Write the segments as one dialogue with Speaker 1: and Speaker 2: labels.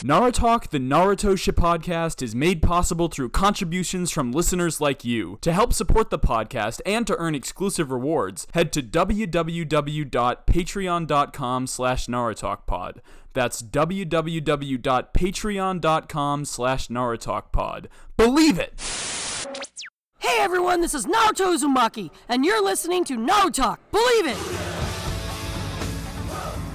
Speaker 1: Narutalk, the Naruto Ship podcast, is made possible through contributions from listeners like you. To help support the podcast and to earn exclusive rewards, head to www.patreon.com slash narutalkpod. That's www.patreon.com slash narutalkpod. Believe it!
Speaker 2: Hey everyone, this is Naoto Uzumaki, and you're listening to Naruto Talk. Believe it!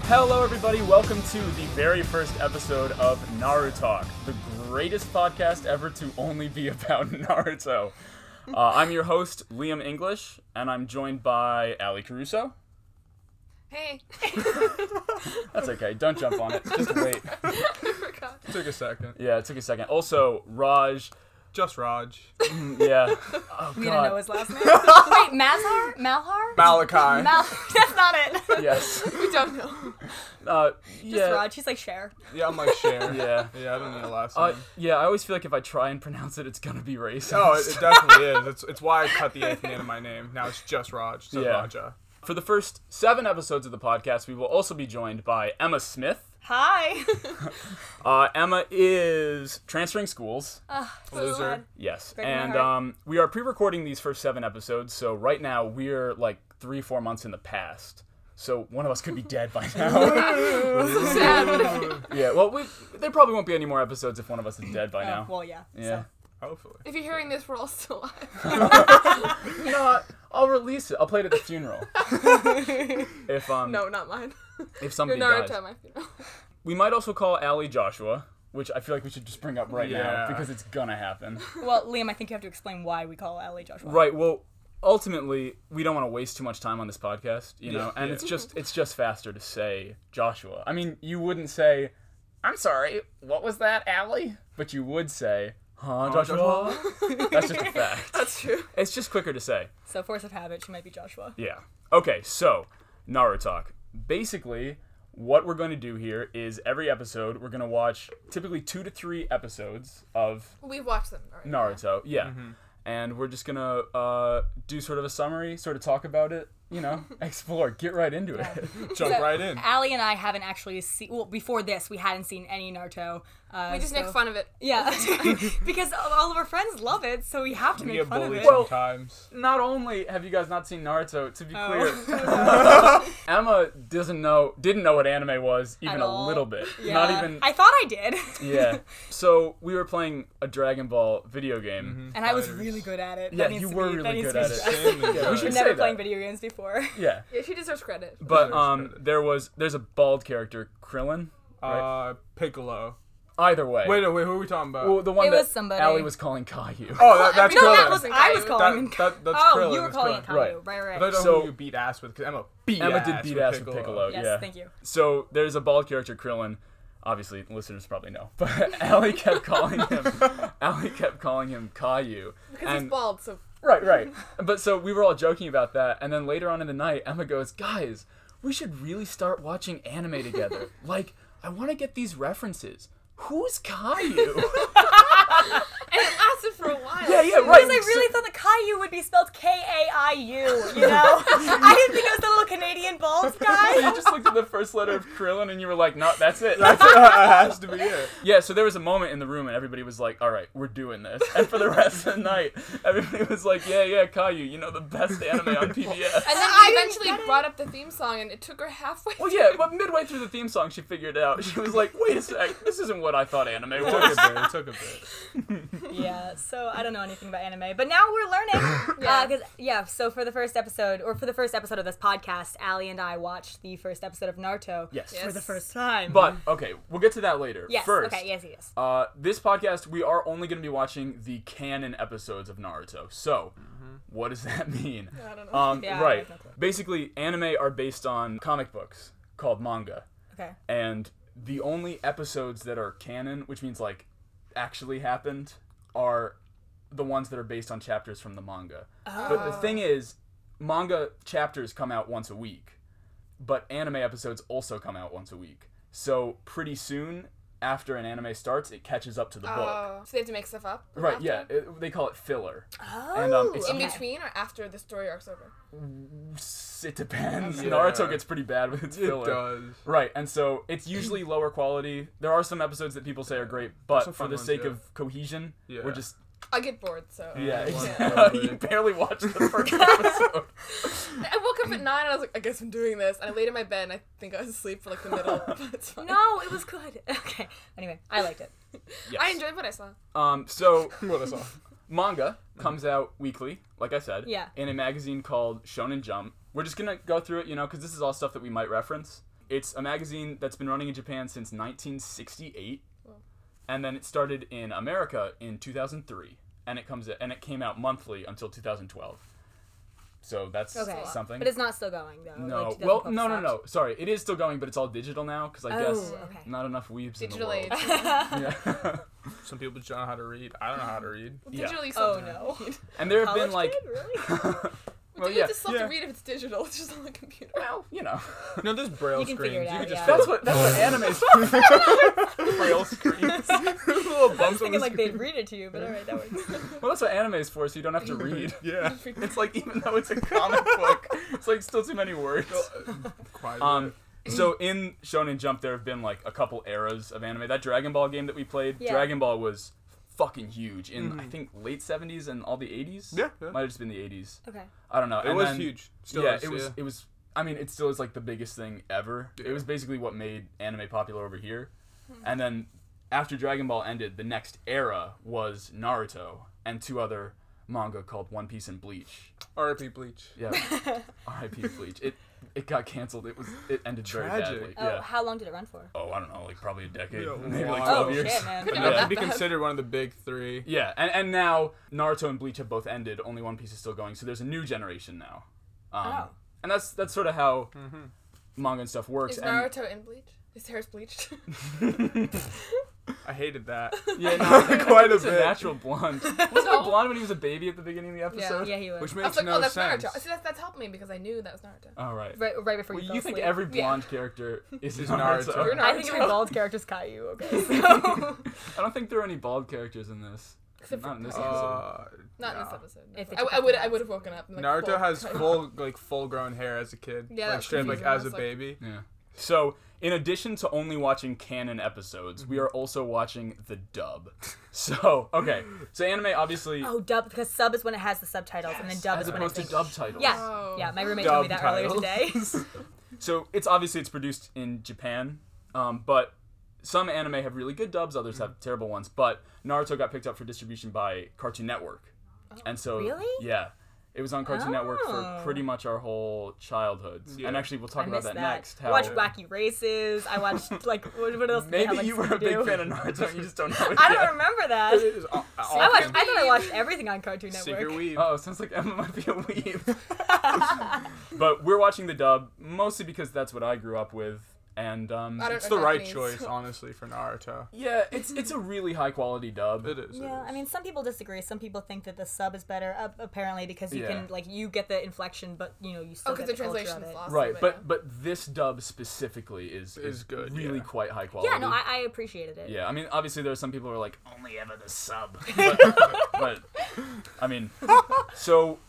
Speaker 1: Hello, everybody. Welcome to the very first episode of Narutalk, the greatest podcast ever to only be about Naruto. Uh, I'm your host, Liam English, and I'm joined by Ali Caruso.
Speaker 3: Hey,
Speaker 1: That's okay. Don't jump on it. Just wait.
Speaker 4: Took a second.
Speaker 1: Yeah, it took a second. Also, Raj.
Speaker 4: Just Raj.
Speaker 1: Yeah. Oh,
Speaker 3: we didn't know
Speaker 1: God.
Speaker 3: his last name. Wait, Mazhar? Malhar?
Speaker 4: Malachi.
Speaker 3: Mal- That's not it.
Speaker 1: Yes.
Speaker 3: We don't know.
Speaker 1: Uh,
Speaker 3: Just
Speaker 1: yeah.
Speaker 3: Raj. He's like Cher.
Speaker 4: yeah, I'm like Cher.
Speaker 1: Yeah.
Speaker 4: Yeah, I don't know the last
Speaker 1: Uh,
Speaker 4: name.
Speaker 1: yeah, I always feel like if I try and pronounce it, it's gonna be racist.
Speaker 4: Oh, it, it definitely is. It's, it's why I cut the eighth name in my name. Now it's just Raj. Just
Speaker 1: Yeah.
Speaker 4: Raja.
Speaker 1: For the first seven episodes of the podcast, we will also be joined by Emma Smith.
Speaker 3: Hi.
Speaker 1: Uh, Emma is transferring schools.
Speaker 4: Loser.
Speaker 1: Yes,
Speaker 3: Oh, Breaking my
Speaker 1: and
Speaker 3: heart.
Speaker 1: um, we are pre-recording these first seven episodes, so right now we're like three, four months in the past. So one of us could be dead by now. yeah, well, we there probably won't be any more episodes if one of us is dead by now.
Speaker 3: Oh, uh, Well, yeah.
Speaker 1: yeah,
Speaker 4: Hopefully.
Speaker 5: If you're hearing this, we're all still alive.
Speaker 1: you know, what? I'll release it. I'll play it at the funeral. if um,
Speaker 5: No, not mine.
Speaker 1: if
Speaker 5: You're
Speaker 1: somebody
Speaker 5: Naruto
Speaker 1: dies,
Speaker 5: at my funeral.
Speaker 1: we might also call Allie Joshua, which I feel like we should just bring up right now
Speaker 4: Yeah.
Speaker 1: because it's gonna happen.
Speaker 3: Well, Liam, I think you have to explain why we call Ally Joshua.
Speaker 1: Right. Well, ultimately, we don't want to waste too much time on this podcast, you know. and
Speaker 4: yeah.
Speaker 1: it's just it's just faster to say Joshua. I mean, you wouldn't say, "I'm sorry, what was that, Allie?" But you would say, "Huh, Uh,
Speaker 4: Oh,
Speaker 1: Joshua." That's just a fact.
Speaker 5: That's true.
Speaker 1: It's just quicker to say.
Speaker 3: So, force of habit, she might be Joshua.
Speaker 1: Yeah. Okay, so Naruto talk. Basically, what we're going to do here is every episode we're going to watch typically 2 to 3 episodes of
Speaker 5: We've watched them already.
Speaker 1: Naruto, yeah. And we're just gonna uh, do sort of a summary, sort of talk about it, you know, explore, get right into it.
Speaker 4: Jump right in.
Speaker 3: Allie and I haven't actually seen, well, before this, we hadn't seen any Naruto. Uh,
Speaker 5: We just
Speaker 3: so-
Speaker 5: make fun of it.
Speaker 3: Yeah. because all of our friends love it, so we have to
Speaker 4: We
Speaker 3: make
Speaker 4: get
Speaker 3: fun of
Speaker 4: bullied
Speaker 3: it.
Speaker 1: Well-
Speaker 4: sometimes.
Speaker 1: not only have you guys not seen Naruto, to be
Speaker 3: Oh.
Speaker 1: clear, Emma doesn't know, didn't know what anime was even
Speaker 3: At
Speaker 1: a
Speaker 3: all.
Speaker 1: little bit.
Speaker 3: Yeah.
Speaker 1: Not even.
Speaker 3: I thought I did.
Speaker 1: yeah. So we were playing a Dragon Ball video game.
Speaker 4: Mm-hmm.
Speaker 3: And I was
Speaker 4: Fighters.
Speaker 3: really good at it.
Speaker 1: Yeah,
Speaker 3: that needs
Speaker 1: you
Speaker 3: to
Speaker 1: were
Speaker 3: be, that
Speaker 1: really
Speaker 3: needs
Speaker 1: good
Speaker 3: to
Speaker 1: at
Speaker 3: be
Speaker 1: it.
Speaker 3: stressed.
Speaker 4: Same as
Speaker 1: Yeah, we
Speaker 4: Raj.
Speaker 1: should
Speaker 3: I've
Speaker 1: say
Speaker 3: never
Speaker 1: that.
Speaker 3: playing video games before.
Speaker 1: Yeah.
Speaker 5: Yeah, she deserves credit.
Speaker 1: But
Speaker 4: There's
Speaker 1: um,
Speaker 4: credit.
Speaker 1: there was there's a bald character, Krillin.
Speaker 4: Uh, Piccolo.
Speaker 1: Either way.
Speaker 4: Wait, no, wait, who are we talking about?
Speaker 1: Well, the one
Speaker 3: It
Speaker 1: that
Speaker 3: was somebody.
Speaker 1: Allie was calling Caillou.
Speaker 4: oh, that, that's
Speaker 5: No,
Speaker 4: Krillin.
Speaker 5: that wasn't
Speaker 3: I was
Speaker 5: Caillou.
Speaker 3: calling
Speaker 4: That- that- that's
Speaker 3: Oh,
Speaker 4: Krillin,
Speaker 3: you were
Speaker 4: that's
Speaker 3: calling it
Speaker 4: Krillin.
Speaker 3: Caillou. Right, right,
Speaker 4: I
Speaker 3: right.
Speaker 4: don't know
Speaker 1: So-
Speaker 4: who you beat ass with, because Emma beat
Speaker 1: Emma
Speaker 4: ass
Speaker 1: did beat
Speaker 4: with
Speaker 1: ass
Speaker 4: Piccolo.
Speaker 1: with Piccolo.
Speaker 3: Yes,
Speaker 1: yeah.
Speaker 3: thank you.
Speaker 1: So there's a bald character, Krillin. Obviously, listeners probably know, but Allie kept calling him. Allie kept calling him Caillou.
Speaker 5: Because he's bald, so
Speaker 1: Right, right. But so we were all joking about that, and then later on in the night, Emma goes, "Guys, we should really start watching anime together. like, I want to get these references. Who's Caillou?
Speaker 5: and it lasted for a while.
Speaker 1: yeah, yeah,
Speaker 5: So-
Speaker 1: right.
Speaker 3: Because I really thought the Caillou would be spelled K A I U, you know? I didn't think it was the little Canadian bald
Speaker 1: So
Speaker 3: guy.
Speaker 1: you just looked at the first letter of Krillin, and you were like, "No, that's it."
Speaker 4: that has to be it.
Speaker 1: Yeah, so there was a moment in the room and everybody was like, all right, we're doing this. And for the rest of the night, everybody was like, yeah, yeah, Caillou, you know, the best anime on PBS.
Speaker 5: And then
Speaker 3: I
Speaker 5: we
Speaker 3: didn't get
Speaker 5: eventually brought up the theme song, and it took her halfway.
Speaker 1: Well, Oh, yeah, but midway through the theme song, she figured it out. She was like, wait a sec, this isn't what I thought anime
Speaker 4: It took a
Speaker 1: was.
Speaker 4: bit. It took a bit.
Speaker 3: yeah, so I don't know anything about anime, but now we're learning.
Speaker 5: Yeah.
Speaker 3: yeah. Uh, Cause, yeah, so for the first episode, or for the first episode of this podcast, Allie and I watched the first episode of Naruto
Speaker 1: Yes.
Speaker 3: for
Speaker 5: Yes.
Speaker 3: the first time.
Speaker 1: But, okay, we'll get to that later.
Speaker 3: yes,
Speaker 1: First,
Speaker 3: okay, yes, yes.
Speaker 1: uh, this podcast, we are only going to be watching the canon episodes of Naruto. So, what does that mean?
Speaker 5: I don't know.
Speaker 1: Um,
Speaker 3: Yeah, I
Speaker 1: right.
Speaker 3: have no clue.
Speaker 1: Basically, anime are based on comic books called manga.
Speaker 3: Okay.
Speaker 1: and the only episodes that are canon, which means like actually happened, are the ones that are based on chapters from the manga. But the thing is, manga chapters come out once a week, but anime episodes also come out once a week. So pretty soon, after an anime starts, it catches up to the book.
Speaker 5: Oh, so they have to make stuff up.
Speaker 1: Right,
Speaker 5: after?
Speaker 1: yeah, it, they call it filler.
Speaker 3: Oh,
Speaker 1: And, um, it's
Speaker 5: In
Speaker 1: Okay.
Speaker 5: between or after the story arc's over?
Speaker 1: It depends.
Speaker 4: Yeah.
Speaker 1: Naruto gets pretty bad with its
Speaker 4: It
Speaker 1: filler.
Speaker 4: does.
Speaker 1: Right, and so it's usually lower quality. There are some episodes that people say are great, but
Speaker 4: some
Speaker 1: for
Speaker 4: fun
Speaker 1: the
Speaker 4: ones,
Speaker 1: sake
Speaker 4: yeah.
Speaker 1: of cohesion,
Speaker 4: Yeah.
Speaker 1: we're just
Speaker 5: I get bored, so.
Speaker 1: yeah.
Speaker 4: Yeah,
Speaker 1: exactly.
Speaker 4: one
Speaker 1: you barely watched the first episode.
Speaker 5: I woke up at nine and I was like, I guess I'm doing this. And I laid in my bed and I think I was asleep for like the middle. but it's fine.
Speaker 3: no, it was good. Okay. Anyway, I liked it.
Speaker 5: I enjoyed what I saw.
Speaker 1: Um, so
Speaker 4: What I saw.
Speaker 1: manga comes out weekly, like I said.
Speaker 3: Yeah.
Speaker 1: In a magazine called Shonen Jump. We're just gonna go through it, you know, because this is all stuff that we might reference. It's a magazine that's been running in Japan since 1968, and then it started in America in 2003, and it comes and it came out monthly until 2012. So that's
Speaker 3: Okay.
Speaker 1: something.
Speaker 3: But it's not still going though.
Speaker 1: no,
Speaker 3: Like,
Speaker 1: well, no, no, no. Sorry, it is still going, but it's all digital now because I guess
Speaker 3: Oh, okay.
Speaker 1: not enough weebs
Speaker 5: Digital
Speaker 1: in
Speaker 5: age.
Speaker 1: the world. Yeah.
Speaker 4: Some people just don't know how to read. I don't know how to read.
Speaker 1: Yeah.
Speaker 5: Digitally
Speaker 3: Oh
Speaker 5: something.
Speaker 3: no.
Speaker 1: and there have
Speaker 3: College
Speaker 1: been like,
Speaker 3: kid? Really? Oh,
Speaker 1: well,
Speaker 5: you
Speaker 1: yeah,
Speaker 5: have to still have
Speaker 4: yeah.
Speaker 5: to read if it's digital. It's just on the computer.
Speaker 1: well, you know.
Speaker 4: No, there's braille
Speaker 3: You can
Speaker 4: screens.
Speaker 3: figure it
Speaker 4: you
Speaker 3: out,
Speaker 4: can just
Speaker 3: yeah.
Speaker 1: That's what that's what anime's braille screens.
Speaker 4: little
Speaker 3: I was
Speaker 4: bumps on the
Speaker 3: thinking like
Speaker 4: screen.
Speaker 3: they'd read it to you, but all right, that works.
Speaker 1: Well, that's what anime is for, so you don't have to read.
Speaker 4: Yeah.
Speaker 1: It's like even though it's a comic book, it's like still too many words.
Speaker 4: Quiet.
Speaker 1: Um, so in Shonen Jump, there have been like a couple eras of anime. That Dragon Ball game that we played,
Speaker 3: Yeah.
Speaker 1: Dragon Ball was fucking huge in I think late '70s and all the '80s.
Speaker 4: Yeah, yeah.
Speaker 1: might have just been the '80s.
Speaker 3: Okay.
Speaker 1: I don't know.
Speaker 4: it was huge. Still
Speaker 1: yeah,
Speaker 4: is,
Speaker 1: it was.
Speaker 4: yeah.
Speaker 1: It was. I mean, it still is like the biggest thing ever. It
Speaker 4: Yeah.
Speaker 1: was basically what made anime popular over here.
Speaker 3: Hmm.
Speaker 1: And then after Dragon Ball ended, the next era was Naruto and two other manga called One Piece and Bleach.
Speaker 4: R.I.P. Bleach.
Speaker 1: Yeah. R.I.P. Bleach. It it got canceled. It was it ended very
Speaker 4: Tragic.
Speaker 1: badly.
Speaker 3: Oh,
Speaker 1: yeah.
Speaker 3: how long did it run for?
Speaker 1: Oh, I don't know, like probably a decade,
Speaker 4: Yeah,
Speaker 1: maybe like
Speaker 4: wow.
Speaker 1: twelve
Speaker 3: Oh,
Speaker 1: years.
Speaker 3: shit, man.
Speaker 5: Could've
Speaker 1: Yeah.
Speaker 5: done that
Speaker 4: That'd be
Speaker 5: fast.
Speaker 4: considered one of the big three.
Speaker 1: Yeah, and and now Naruto and Bleach have both ended. Only One Piece is still going, so there's a new generation now. Um,
Speaker 3: Oh.
Speaker 1: And that's that's sort of how manga and stuff works.
Speaker 5: Is
Speaker 1: and
Speaker 5: Naruto in bleach? Is Harris bleached?
Speaker 4: I hated that.
Speaker 1: yeah, no,
Speaker 4: Quite a
Speaker 1: it's a
Speaker 4: bit.
Speaker 1: natural blonde. Wasn't he
Speaker 5: No.
Speaker 1: blonde when he was a baby at the beginning of the episode?
Speaker 3: Yeah, he was.
Speaker 4: Which
Speaker 5: I was
Speaker 4: makes
Speaker 5: like,
Speaker 4: no
Speaker 5: oh, that's
Speaker 4: sense. Uh,
Speaker 5: Naruto. See, that's, that's helped me because I knew that was Naruto.
Speaker 1: All right.
Speaker 3: right, right before
Speaker 1: Well,
Speaker 3: you.
Speaker 1: you
Speaker 3: fell
Speaker 1: think
Speaker 3: asleep.
Speaker 1: every
Speaker 5: Yeah.
Speaker 1: blonde character is
Speaker 4: Is
Speaker 1: Naruto.
Speaker 4: Naruto. You're
Speaker 3: I think every
Speaker 5: Naruto.
Speaker 3: bald character's Caillou. Okay. So
Speaker 1: I don't think there are any bald characters in this.
Speaker 5: Except for
Speaker 1: Not in this episode.
Speaker 4: Uh,
Speaker 5: Not in
Speaker 4: nah.
Speaker 5: this episode.
Speaker 3: If
Speaker 5: I,
Speaker 3: it's a
Speaker 5: I would I would have woken up. And, like,
Speaker 4: Naruto
Speaker 5: full
Speaker 4: has
Speaker 5: cut.
Speaker 4: full like full grown hair as a kid.
Speaker 5: Yeah,
Speaker 4: like
Speaker 5: that's
Speaker 4: straight up, like
Speaker 5: confusing.
Speaker 4: as a
Speaker 5: That's like-
Speaker 4: baby.
Speaker 1: Yeah. So, in addition to only watching canon episodes, we are also watching the dub. So, okay. So, anime obviously
Speaker 3: oh, dub because sub is when it has the subtitles, and then dub
Speaker 1: as
Speaker 3: is when it's
Speaker 1: opposed to dub titles.
Speaker 3: Yeah,
Speaker 5: Oh.
Speaker 3: yeah. My roommate told me
Speaker 4: Dub
Speaker 3: that
Speaker 4: titles.
Speaker 3: earlier today.
Speaker 1: So it's obviously it's produced in Japan, um, but some anime have really good dubs, others
Speaker 3: Mm.
Speaker 1: have terrible ones. But Naruto got picked up for distribution by Cartoon Network, and so
Speaker 3: Oh, Really?
Speaker 1: yeah, it was on Cartoon Network for
Speaker 3: Oh.
Speaker 1: pretty much our whole childhoods.
Speaker 4: Yeah.
Speaker 1: And actually, we'll talk
Speaker 3: I
Speaker 1: about
Speaker 3: missed
Speaker 1: that,
Speaker 3: that.
Speaker 1: next.
Speaker 3: I watched Wacky Races. I watched like what, what else? did they
Speaker 1: Maybe
Speaker 3: have, like,
Speaker 1: you were a big
Speaker 3: Scooby-Doo?
Speaker 1: fan of Naruto, and you just don't know it
Speaker 3: I don't
Speaker 1: yet.
Speaker 3: remember that.
Speaker 4: It is all, all
Speaker 3: I watched.
Speaker 4: him.
Speaker 3: I thought I watched everything on Cartoon Network.
Speaker 4: Secret Weave.
Speaker 1: Oh, sounds like Emma might be a weeb. but we're watching the dub mostly because that's what I grew up with, and um,
Speaker 5: I don't
Speaker 4: it's
Speaker 5: know
Speaker 4: the right
Speaker 5: Japanese.
Speaker 4: choice, honestly, for Naruto.
Speaker 1: yeah, it's it's a really high quality dub.
Speaker 4: It is. it
Speaker 3: Yeah,
Speaker 4: is.
Speaker 3: I mean, some people disagree. Some people think that the sub is better, uh, apparently, because you
Speaker 1: Yeah.
Speaker 3: can like you get the inflection, but you know you still
Speaker 5: Oh, because
Speaker 3: get
Speaker 5: the
Speaker 3: the, culture of
Speaker 5: translation's
Speaker 3: it.
Speaker 5: lost.
Speaker 1: Right,
Speaker 5: yeah.
Speaker 1: but but this dub specifically is
Speaker 4: Is good,
Speaker 1: Really
Speaker 4: yeah.
Speaker 1: quite high quality.
Speaker 3: Yeah, no, I, I appreciated it.
Speaker 1: Yeah, I mean, obviously there are some people who are like only ever the sub, but, but I mean, so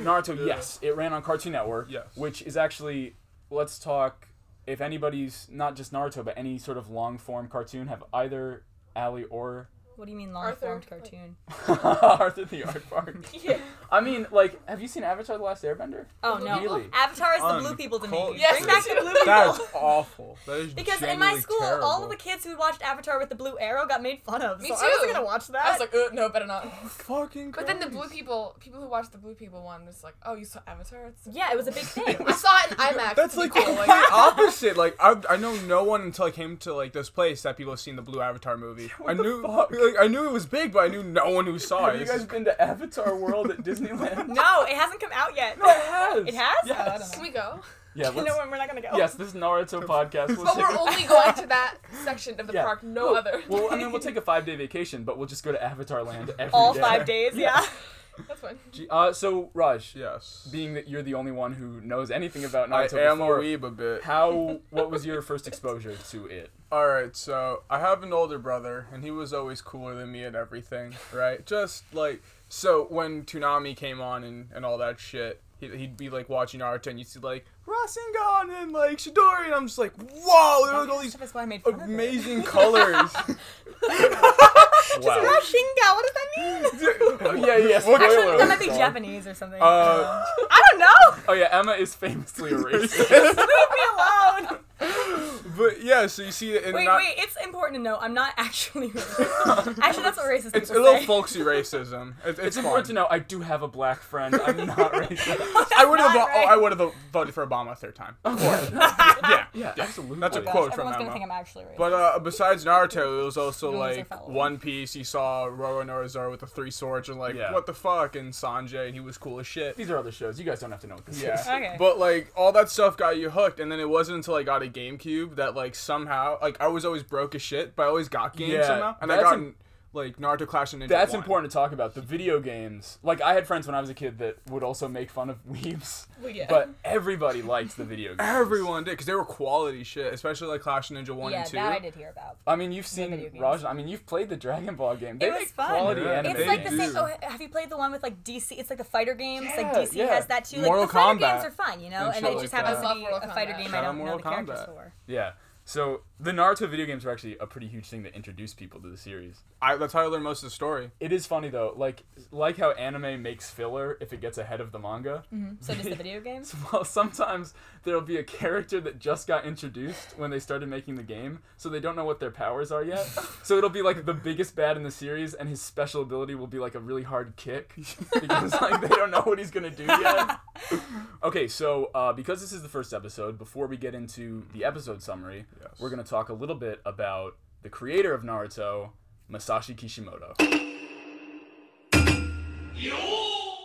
Speaker 1: Naruto, yes, it ran on Cartoon Network,
Speaker 4: Yes.
Speaker 1: which is actually let's talk. If anybody's not just Naruto, but any sort of long form cartoon, have either Ali or
Speaker 3: What do you mean long formed
Speaker 5: Arthur, like-
Speaker 3: cartoon?
Speaker 1: Arthur the Aardvark. I mean, like, have you seen Avatar: The Last Airbender?
Speaker 3: Oh no,
Speaker 1: Really?
Speaker 3: Avatar is the blue people to me.
Speaker 4: Uncultured.
Speaker 3: Bring back the blue
Speaker 4: That's
Speaker 3: people.
Speaker 4: awful. That is
Speaker 3: Because in my
Speaker 4: genuinely
Speaker 3: school,
Speaker 4: terrible.
Speaker 3: all of the kids who watched Avatar with the blue arrow got made fun of.
Speaker 5: Me
Speaker 3: so I wasn't
Speaker 5: too.
Speaker 3: gonna watch that.
Speaker 5: I was like, uh, no, better not.
Speaker 4: fucking.
Speaker 5: But then the blue
Speaker 4: Christ.
Speaker 5: people, people who watch the blue people one, it's like, oh, you saw Avatar? It's so
Speaker 3: yeah, it was a big thing.
Speaker 5: I saw it in IMAX.
Speaker 4: That's
Speaker 5: to be
Speaker 4: like
Speaker 5: cool,
Speaker 4: complete opposite. Like I, I know no one until I came to like this place that people have seen the Blue Avatar movie. I
Speaker 1: the
Speaker 4: knew,
Speaker 1: fuck?
Speaker 4: like, I knew it was big, but I knew no one who saw
Speaker 1: Have
Speaker 4: it.
Speaker 1: you
Speaker 4: This
Speaker 1: guys
Speaker 4: is-
Speaker 1: been to Avatar World at Disneyland?
Speaker 3: no, it hasn't come out yet.
Speaker 1: it has.
Speaker 3: It has?
Speaker 1: Yes.
Speaker 3: Oh, I don't
Speaker 5: Can we go?
Speaker 1: Yeah,
Speaker 3: You
Speaker 1: let's,
Speaker 3: know when we're not gonna go.
Speaker 1: yes, this is Naruto podcast. We'll
Speaker 5: But
Speaker 1: take
Speaker 5: we're
Speaker 1: a-
Speaker 5: only going to that section of the
Speaker 1: yeah.
Speaker 5: park, no
Speaker 1: Well,
Speaker 5: other.
Speaker 1: Well, I mean, we'll take a five day vacation, but we'll just go to Avatar Land every
Speaker 3: All
Speaker 1: day.
Speaker 3: five days. Yeah.
Speaker 5: That's fine.
Speaker 1: Gee, Uh, so Raj,
Speaker 4: Yes.
Speaker 1: being that you're the only one who knows anything about
Speaker 4: I
Speaker 1: Naruto
Speaker 4: am a
Speaker 1: before,
Speaker 4: weeb a bit.
Speaker 1: how what was your first exposure to it?
Speaker 4: All right, so I have an older brother, and he was always cooler than me at everything, right? Just like so, when Toonami came on and, and all that shit, he, he'd be like watching Naruto, and you'd see like Rasengan and like Shidori, and I'm just like, whoa, there was all these
Speaker 3: That's why I made fun
Speaker 4: amazing colors.
Speaker 1: Wow. Oh,
Speaker 3: of it. Rashinga, Ah, what does that mean?
Speaker 1: yeah, yeah.
Speaker 3: Actually,
Speaker 1: Spoiler.
Speaker 3: that might be
Speaker 1: alert.
Speaker 3: Japanese or something.
Speaker 4: Uh,
Speaker 3: I don't know.
Speaker 1: Oh yeah, Emma is famously a racist.
Speaker 3: Leave me alone.
Speaker 4: but yeah, so you see it in
Speaker 3: Wait,
Speaker 4: not-
Speaker 3: wait. It's important to know I'm not actually racist. actually, that's what racist
Speaker 4: it's a
Speaker 3: people
Speaker 4: little
Speaker 3: say.
Speaker 4: folksy racism. It, it's
Speaker 1: It's important to
Speaker 4: fun.
Speaker 1: know I do have a black friend. I'm not racist.
Speaker 4: I would have
Speaker 3: Not
Speaker 4: vo- oh, I
Speaker 3: right.
Speaker 4: would have voted for Obama a third time.
Speaker 1: yeah, yeah, absolutely.
Speaker 4: That's a
Speaker 3: Gosh,
Speaker 4: quote from
Speaker 3: Everyone's gonna
Speaker 4: Emma.
Speaker 3: think I'm actually racist.
Speaker 4: But uh, besides Naruto, it was also
Speaker 3: Rules are
Speaker 4: like
Speaker 3: followed.
Speaker 4: One Piece. You saw Roronoa with the three swords, and like,
Speaker 1: Yeah.
Speaker 4: what the fuck? And Sanjay, and he was cool as shit.
Speaker 1: These are other shows. You guys don't have to know what this
Speaker 4: Yeah.
Speaker 1: is.
Speaker 3: Okay.
Speaker 4: But like all that stuff got you hooked, and then it wasn't until I got a GameCube that like somehow like I was always broke as shit, but I always got games
Speaker 1: Yeah,
Speaker 4: somehow, and I
Speaker 1: that's
Speaker 4: got
Speaker 1: im-
Speaker 4: like Naruto Clash of Ninja.
Speaker 1: That's
Speaker 4: 1.
Speaker 1: important to talk about. The video games. Like I had friends when I was a kid that would also make fun of weebs.
Speaker 5: Well, yeah.
Speaker 1: But everybody liked the video games.
Speaker 4: Everyone did because they were quality shit, especially like Clash of Ninja One
Speaker 3: yeah,
Speaker 4: and Two.
Speaker 3: that I did hear about.
Speaker 1: I mean, you've
Speaker 3: video
Speaker 1: seen
Speaker 3: games.
Speaker 1: Raj. I mean, you've played the Dragon Ball game. They
Speaker 3: It was
Speaker 1: make
Speaker 3: fun.
Speaker 1: quality
Speaker 4: Yeah,
Speaker 1: anime.
Speaker 3: It's
Speaker 4: They
Speaker 3: like the
Speaker 4: do.
Speaker 3: same. Oh, have you played the one with like DC? It's like the fighter games. like
Speaker 1: Yeah,
Speaker 3: DC
Speaker 1: yeah.
Speaker 3: has that too. Like
Speaker 4: Mortal
Speaker 3: the fighter
Speaker 4: Kombat.
Speaker 3: games are fun, you know,
Speaker 4: And
Speaker 3: and,
Speaker 4: shit
Speaker 3: it just
Speaker 4: like
Speaker 3: happens
Speaker 5: that.
Speaker 3: to be
Speaker 5: I love
Speaker 3: a fighter
Speaker 5: Mortal
Speaker 3: game
Speaker 5: Kombat.
Speaker 3: I don't know
Speaker 4: Mortal
Speaker 3: the characters
Speaker 4: Kombat.
Speaker 3: for.
Speaker 1: Yeah. So the Naruto video games were actually a pretty huge thing that introduced people to the series.
Speaker 4: I, that's how I learned most of the story.
Speaker 1: It is funny though, like like how anime makes filler if it gets ahead of the manga.
Speaker 3: So does the video game?
Speaker 1: Well, sometimes there'll be a character that just got introduced when they started making the game, so they don't know what their powers are yet. So it'll be like the biggest bad in the series, and his special ability will be like a really hard kick because like they don't know what he's gonna do yet. Okay, so uh, because this is the first episode, before we get into the episode summary, we're gonna talk a little bit about the creator of Naruto, Masashi Kishimoto.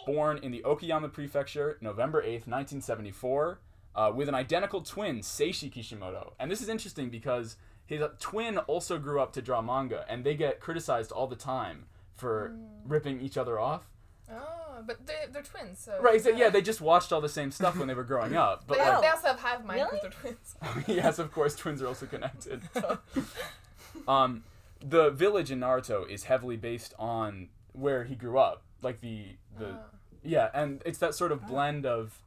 Speaker 1: born in the Okayama Prefecture, November 8th, 1974, uh, with an identical twin, Seishi Kishimoto. And this is interesting because his twin also grew up to draw manga, and they get criticized all the time for
Speaker 3: Mm.
Speaker 1: ripping each other off.
Speaker 5: Oh, but they, they're twins, so.
Speaker 1: Right, so yeah, they just watched all the same stuff when they were growing up. But
Speaker 5: They,
Speaker 1: like,
Speaker 5: they also have hive mind
Speaker 3: Really?
Speaker 5: because they're twins.
Speaker 1: yes, of course, twins are also connected. um, the village in Naruto is heavily based on where he grew up, like the the
Speaker 5: Oh.
Speaker 1: yeah, and it's that sort of blend of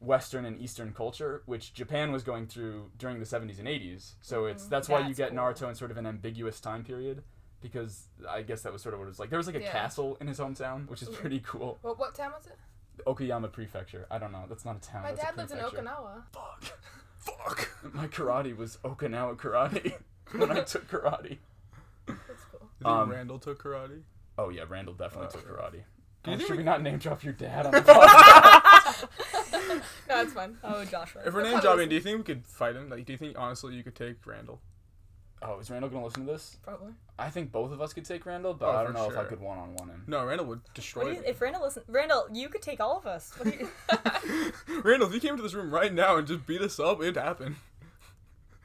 Speaker 1: Western and Eastern culture, which Japan was going through during the 70s and 80s. So
Speaker 5: Mm-hmm.
Speaker 1: it's that's why you
Speaker 3: That's
Speaker 1: get
Speaker 3: cool.
Speaker 1: Naruto in sort of an ambiguous time period. Because I guess that was sort of what it was like. There was like a
Speaker 5: Yeah.
Speaker 1: castle in his hometown, which is pretty cool.
Speaker 5: What, what town was it?
Speaker 1: Okayama Prefecture. I don't know. That's not a town.
Speaker 5: My
Speaker 1: that's a
Speaker 5: dad lives in
Speaker 1: prefecture.
Speaker 5: Okinawa.
Speaker 4: Fuck.
Speaker 1: My karate was Okinawa karate when I took karate.
Speaker 5: That's cool.
Speaker 4: You think
Speaker 1: Um,
Speaker 4: Randall took karate.
Speaker 1: Oh yeah, Randall definitely took karate. Oh,
Speaker 4: Uh, you think
Speaker 1: should
Speaker 4: we-
Speaker 1: we not name drop your dad on the podcast?
Speaker 5: No, it's fine.
Speaker 3: Oh, Joshua.
Speaker 4: If we're name dropping, do you think we could fight him? Like, do you think honestly you could take Randall?
Speaker 1: oh, is Randall gonna listen to this?
Speaker 5: Probably.
Speaker 1: I think both of us could take Randall, but
Speaker 4: Oh,
Speaker 1: I don't
Speaker 4: for
Speaker 1: know if I
Speaker 4: sure.
Speaker 1: could one on one him.
Speaker 4: No, Randall would destroy
Speaker 3: What do you,
Speaker 4: me.
Speaker 3: if Randall listen, Randall, you could take all of us. What do you,
Speaker 4: Randall, if you came to this room right now and just beat us up, it'd happen.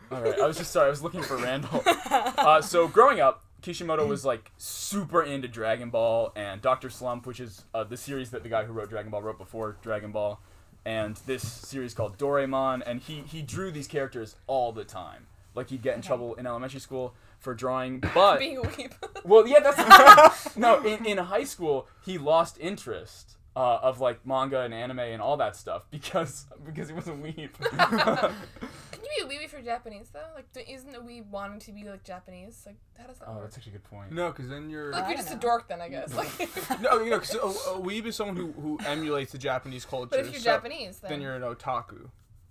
Speaker 1: All right, I was just sorry, I was looking for Randall. Uh, so growing up, Kishimoto was like super into Dragon Ball and Doctor Slump, which is uh, the series that the guy who wrote Dragon Ball wrote before Dragon Ball, and this series called Doraemon, and he he drew these characters all the time. Like he'd get in trouble in elementary school for drawing, but
Speaker 5: Being a weep.
Speaker 1: Well, yeah, that's no. In, in high school, he lost interest uh, of like manga and anime and all that stuff because because he was a weeb.
Speaker 5: Can you be a weeb if you're Japanese though? Like, don't- isn't a weeb wanting to be like Japanese? Like, how does that
Speaker 1: oh,
Speaker 5: work?
Speaker 1: that's actually a good point.
Speaker 4: No, because then you're.
Speaker 5: Like, you're just a dork then, I guess. Like,
Speaker 4: No, you know, 'cause a, a weeb is someone who, who emulates the Japanese culture.
Speaker 5: but if you're
Speaker 4: so
Speaker 5: Japanese, then,
Speaker 4: then you're an otaku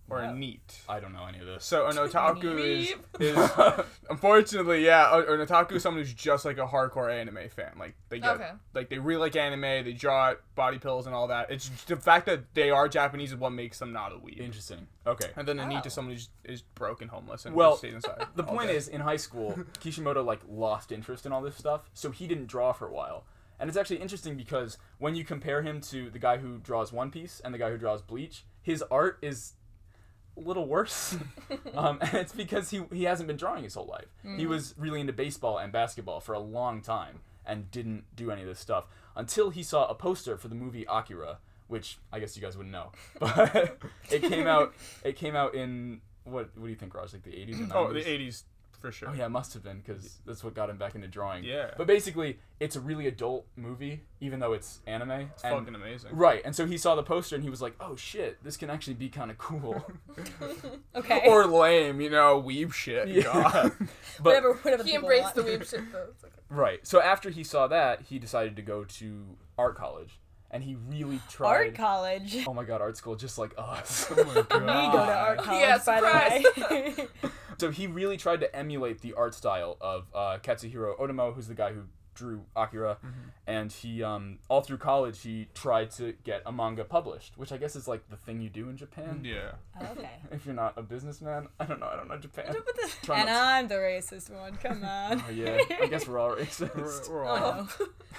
Speaker 4: or
Speaker 3: Oh.
Speaker 4: a neat.
Speaker 1: I don't know any of this.
Speaker 4: So an otaku is,
Speaker 5: Weeb.
Speaker 4: is unfortunately, yeah, a- an otaku is someone who's just like a hardcore anime fan. Like they get,
Speaker 5: Okay.
Speaker 4: like they really like anime, they draw it, body pills and all that. It's just the fact that they are Japanese is what makes them not a weeb.
Speaker 1: Interesting. Okay.
Speaker 4: And then a neat is someone who's is broke and homeless and
Speaker 1: Well,
Speaker 4: just stays inside.
Speaker 1: The
Speaker 4: all
Speaker 1: point
Speaker 4: day.
Speaker 1: is, in high school, Kishimoto like lost interest in all this stuff, so he didn't draw for a while. And it's actually interesting because when you compare him to the guy who draws One Piece and the guy who draws Bleach, his art is a little worse. um, and
Speaker 4: Mm.
Speaker 1: it's because he he hasn't been drawing his whole life. He was really into baseball and basketball for a long time. and didn't do any of this stuff until he saw a poster for the movie Akira, which I guess you guys wouldn't know, but it came out. It came out in what? What do you think, Raj? Like the 80s? Or 90s?
Speaker 4: Oh, the 80s for sure.
Speaker 1: Oh, yeah, it must have been because that's what got him back into drawing.
Speaker 4: Yeah.
Speaker 1: But basically, it's a really adult movie, even though it's anime. It's
Speaker 4: Fucking amazing.
Speaker 1: Right, and so he saw the poster and he was like, "Oh shit, this can actually be kind of cool."
Speaker 3: Okay.
Speaker 4: Or lame, you know, weeb shit. God.
Speaker 1: but
Speaker 3: whatever, whatever
Speaker 5: He
Speaker 3: people
Speaker 5: embraced
Speaker 3: want.
Speaker 5: the weeb shit though. It's like,
Speaker 1: right, so after he saw that, he decided to go to art college, and he really tried.
Speaker 3: art college.
Speaker 1: oh my god, art school, just like us.
Speaker 4: Oh my
Speaker 3: We go to
Speaker 4: God.
Speaker 3: art college,
Speaker 5: Yeah,
Speaker 3: oh, by the way.
Speaker 1: so he really tried to emulate the art style of uh, Katsuhiro Otomo, who's the guy who drew Akira,
Speaker 4: Mm-hmm.
Speaker 1: and he um, all through college he tried to get a manga published, which I guess is like the thing you do in Japan.
Speaker 4: Yeah.
Speaker 3: Oh, okay.
Speaker 1: If you're not a businessman, I don't know. I don't know Japan. Try
Speaker 3: And
Speaker 1: not to-
Speaker 3: I'm the racist one. Come on.
Speaker 1: Oh yeah, I guess we're all racist.
Speaker 4: We're, we're all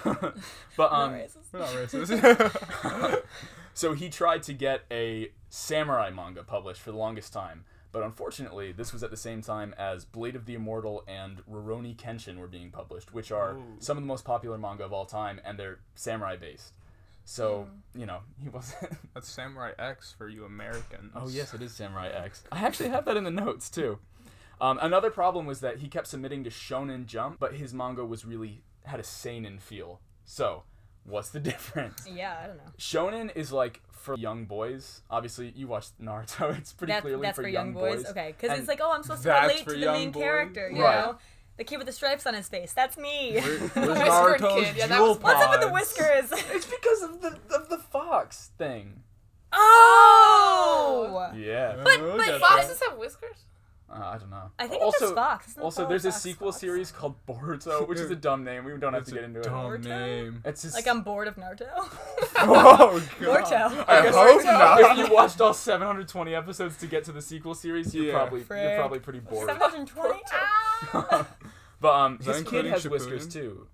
Speaker 3: Oh, no.
Speaker 1: but
Speaker 3: I'm
Speaker 1: um,
Speaker 3: racist.
Speaker 4: we're not racist.
Speaker 1: so he tried to get a samurai manga published for the longest time, but unfortunately, this was at the same time as Blade of the Immortal and Rurouni Kenshin were being published, which are
Speaker 4: Ooh.
Speaker 1: some of the most popular manga of all time, and they're samurai based. So you know he wasn't.
Speaker 4: That's Samurai X for you Americans.
Speaker 1: Oh yes, it is Samurai X. I actually have that in the notes too. Um, another problem was that he kept submitting to Shonen Jump, but his manga was really had a seinen feel. So, what's the difference?
Speaker 3: Yeah, I don't know.
Speaker 1: Shonen is like for young boys. Obviously, you watched Naruto. It's pretty
Speaker 3: That's,
Speaker 1: clearly
Speaker 3: that's for, young boys. Okay, because
Speaker 1: And
Speaker 3: it's like, oh, I'm supposed to
Speaker 4: that's
Speaker 3: relate
Speaker 4: for
Speaker 3: to the
Speaker 4: young
Speaker 3: main
Speaker 4: boys?
Speaker 3: character, you
Speaker 1: Right.
Speaker 3: know? The kid with the stripes on his face. That's me.
Speaker 4: Where- Where's
Speaker 5: Whiskered
Speaker 4: Naruto's
Speaker 5: kid. Yeah, that
Speaker 4: jewel
Speaker 5: was-
Speaker 3: What's up with the
Speaker 4: pods?
Speaker 3: whiskers?
Speaker 1: It's because of the of the fox thing.
Speaker 3: oh!
Speaker 1: Yeah.
Speaker 3: But-
Speaker 4: Oh,
Speaker 3: but
Speaker 4: gotcha.
Speaker 5: Foxes have whiskers.
Speaker 1: Uh, I don't know.
Speaker 3: I think it's
Speaker 1: also,
Speaker 3: just Fox. Isn't it
Speaker 1: Also,
Speaker 3: called
Speaker 1: there's a
Speaker 3: Fox
Speaker 1: sequel
Speaker 3: Fox?
Speaker 1: series called Boruto, which is a dumb name. We don't have
Speaker 4: That's
Speaker 1: to get
Speaker 4: a
Speaker 1: into it.
Speaker 4: dumb
Speaker 3: Naruto?
Speaker 4: name.
Speaker 1: It's just
Speaker 3: Like, I'm bored of Naruto.
Speaker 4: Oh god.
Speaker 3: Borto.
Speaker 4: I
Speaker 1: guess
Speaker 4: hope not.
Speaker 1: if you watched all 720 episodes to get to the sequel series, you're
Speaker 4: Yeah.
Speaker 1: probably you're
Speaker 3: Frick.
Speaker 1: probably pretty bored. Oh,
Speaker 3: 720? Ah!
Speaker 1: But um,
Speaker 4: that
Speaker 1: his kid
Speaker 4: including
Speaker 1: has whiskers
Speaker 4: Shippuden?
Speaker 1: too.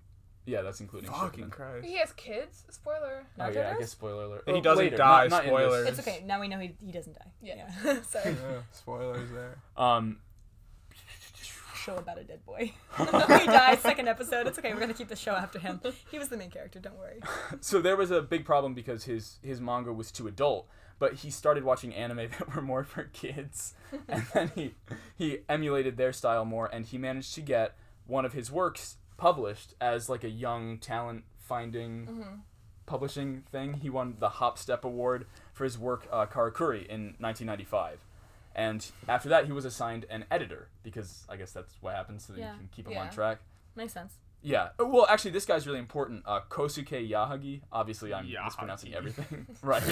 Speaker 1: Yeah, that's including.
Speaker 4: Fucking
Speaker 1: Shippuden.
Speaker 4: Christ.
Speaker 5: He has kids. Spoiler.
Speaker 1: Oh
Speaker 3: Naruto
Speaker 1: yeah, I
Speaker 3: does?
Speaker 1: guess spoiler alert.
Speaker 4: He
Speaker 1: Oh,
Speaker 4: doesn't
Speaker 1: later,
Speaker 4: die,
Speaker 1: not- not in this.
Speaker 4: spoilers.
Speaker 3: It's okay. Now we know he, he doesn't die.
Speaker 5: Yeah.
Speaker 3: Sorry.
Speaker 4: Yeah, spoilers there.
Speaker 1: Um,
Speaker 3: Show about a dead boy. he dies. Second episode. It's okay. We're gonna keep the show after him. He was the main character. Don't worry.
Speaker 1: so there was a big problem because his his manga was too adult but he started watching anime that were more for kids and then he he emulated their style more and he managed to get one of his works published as like a young talent finding publishing thing he won the hop step award for his work uh, karakuri in 1995 and after that he was assigned an editor because i guess that's what happens so that
Speaker 3: Yeah.
Speaker 1: you can keep him
Speaker 5: Yeah.
Speaker 1: on track
Speaker 3: Makes sense.
Speaker 1: yeah. Oh, Well, actually, this guy's really important. Uh, Kosuke Yahagi. Obviously, I'm
Speaker 4: Yahagi.
Speaker 1: mispronouncing everything. right.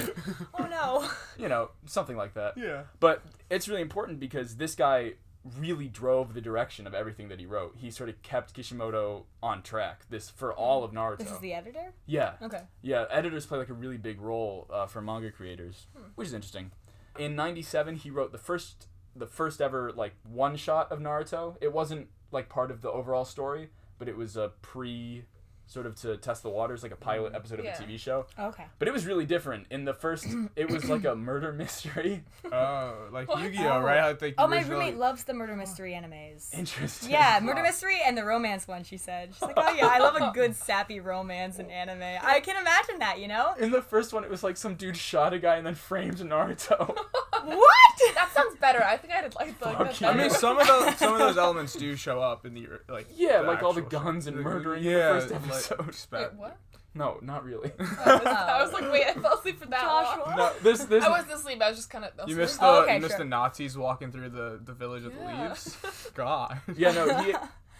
Speaker 3: Oh no.
Speaker 1: you know, something like that.
Speaker 4: Yeah.
Speaker 1: But it's really important because this guy really drove the direction of everything that he wrote. He sort of kept Kishimoto on track. This for all of Naruto.
Speaker 3: Mm. This is the editor.
Speaker 1: yeah.
Speaker 3: Okay.
Speaker 1: Yeah, editors play like a really big role uh, for manga creators,
Speaker 5: Hmm.
Speaker 1: which is interesting. In '97, he wrote the first, the first ever like one shot of Naruto. It wasn't like part of the overall story, but it was a pre, sort of to test the waters, like a pilot episode
Speaker 5: Hmm. Yeah.
Speaker 1: of a TV show.
Speaker 3: Okay.
Speaker 1: But it was really different. In the first, it was like a murder mystery.
Speaker 4: Oh, like
Speaker 5: What?
Speaker 4: Yu-Gi-Oh, right? I think
Speaker 3: Oh, my
Speaker 4: originally-
Speaker 3: roommate loves the murder mystery animes.
Speaker 1: Interesting.
Speaker 3: Yeah, murder mystery and the romance one. She said she's like, oh yeah, I love a good sappy romance in anime. I can imagine that. You know
Speaker 1: In the first one, it was like some dude shot a guy and then framed Naruto.
Speaker 3: what?
Speaker 5: That sounds better. I think I'd like the.
Speaker 1: Fuck
Speaker 5: Like,
Speaker 1: you.
Speaker 4: I mean, some of those some of those elements do show up in the like.
Speaker 1: Yeah, like all the
Speaker 4: actual show.
Speaker 1: guns and
Speaker 4: Like,
Speaker 1: murdering in the
Speaker 4: yeah,
Speaker 1: first
Speaker 4: like,
Speaker 1: episode.
Speaker 4: expect-
Speaker 5: what? Oh,
Speaker 1: no, not really.
Speaker 5: I was, I was like, wait, I fell asleep for that.
Speaker 3: Joshua?
Speaker 5: long.
Speaker 1: No, this this
Speaker 5: I wasn't asleep. I was just kind of.
Speaker 4: You missed the
Speaker 3: Oh, okay,
Speaker 4: you missed
Speaker 3: sure.
Speaker 4: the Nazis walking through the, the village with
Speaker 5: Yeah.
Speaker 4: the leaves. God.
Speaker 1: Yeah, no, he,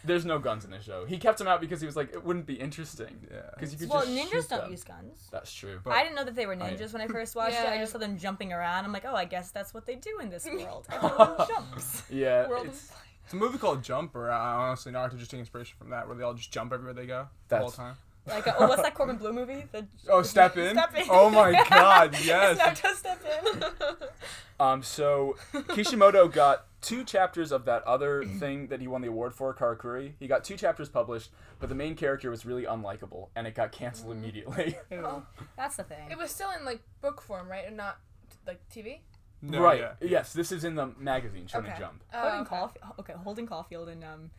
Speaker 1: there's no guns in the show. He kept them out because he was like, it wouldn't be interesting.
Speaker 4: Yeah.
Speaker 1: Because you could
Speaker 3: Well,
Speaker 1: just
Speaker 3: ninjas
Speaker 1: shoot
Speaker 3: don't
Speaker 1: them.
Speaker 3: use guns.
Speaker 1: That's true.
Speaker 4: But-
Speaker 3: I didn't know that they were
Speaker 1: yeah.
Speaker 3: ninjas when I first watched
Speaker 5: Yeah,
Speaker 3: it. I
Speaker 5: I-
Speaker 3: just saw them jumping around. I'm like, oh, I guess that's what they do in this world. Everyone jumps.
Speaker 1: yeah,
Speaker 5: World
Speaker 1: it's-
Speaker 5: of-
Speaker 4: It's a movie called Jumper. I honestly Naruto just took inspiration from that, where they all just jump everywhere they go the whole
Speaker 1: That's-
Speaker 4: time.
Speaker 3: Like, uh, oh, what's that Corbin Blue movie? The
Speaker 4: Oh, step in.
Speaker 3: Step In.
Speaker 4: Oh my God,
Speaker 3: It's
Speaker 4: yes.
Speaker 3: Naruto Step In.
Speaker 1: um, so Kishimoto got two chapters of that other thing that he won the award for, Karakuri. He got two chapters published, but the main character was really unlikable, and it got canceled
Speaker 3: Mm.
Speaker 1: immediately.
Speaker 3: Oh, That's the thing.
Speaker 5: It was still in like book form, right, and not like TV.
Speaker 4: No,
Speaker 1: right?
Speaker 4: yeah.
Speaker 1: Yes, this is in the magazine Shonen
Speaker 5: Okay.
Speaker 1: Jump.
Speaker 5: Oh,
Speaker 3: Holden
Speaker 5: okay.
Speaker 3: Caulfield. Okay, Holden Caulfield and um,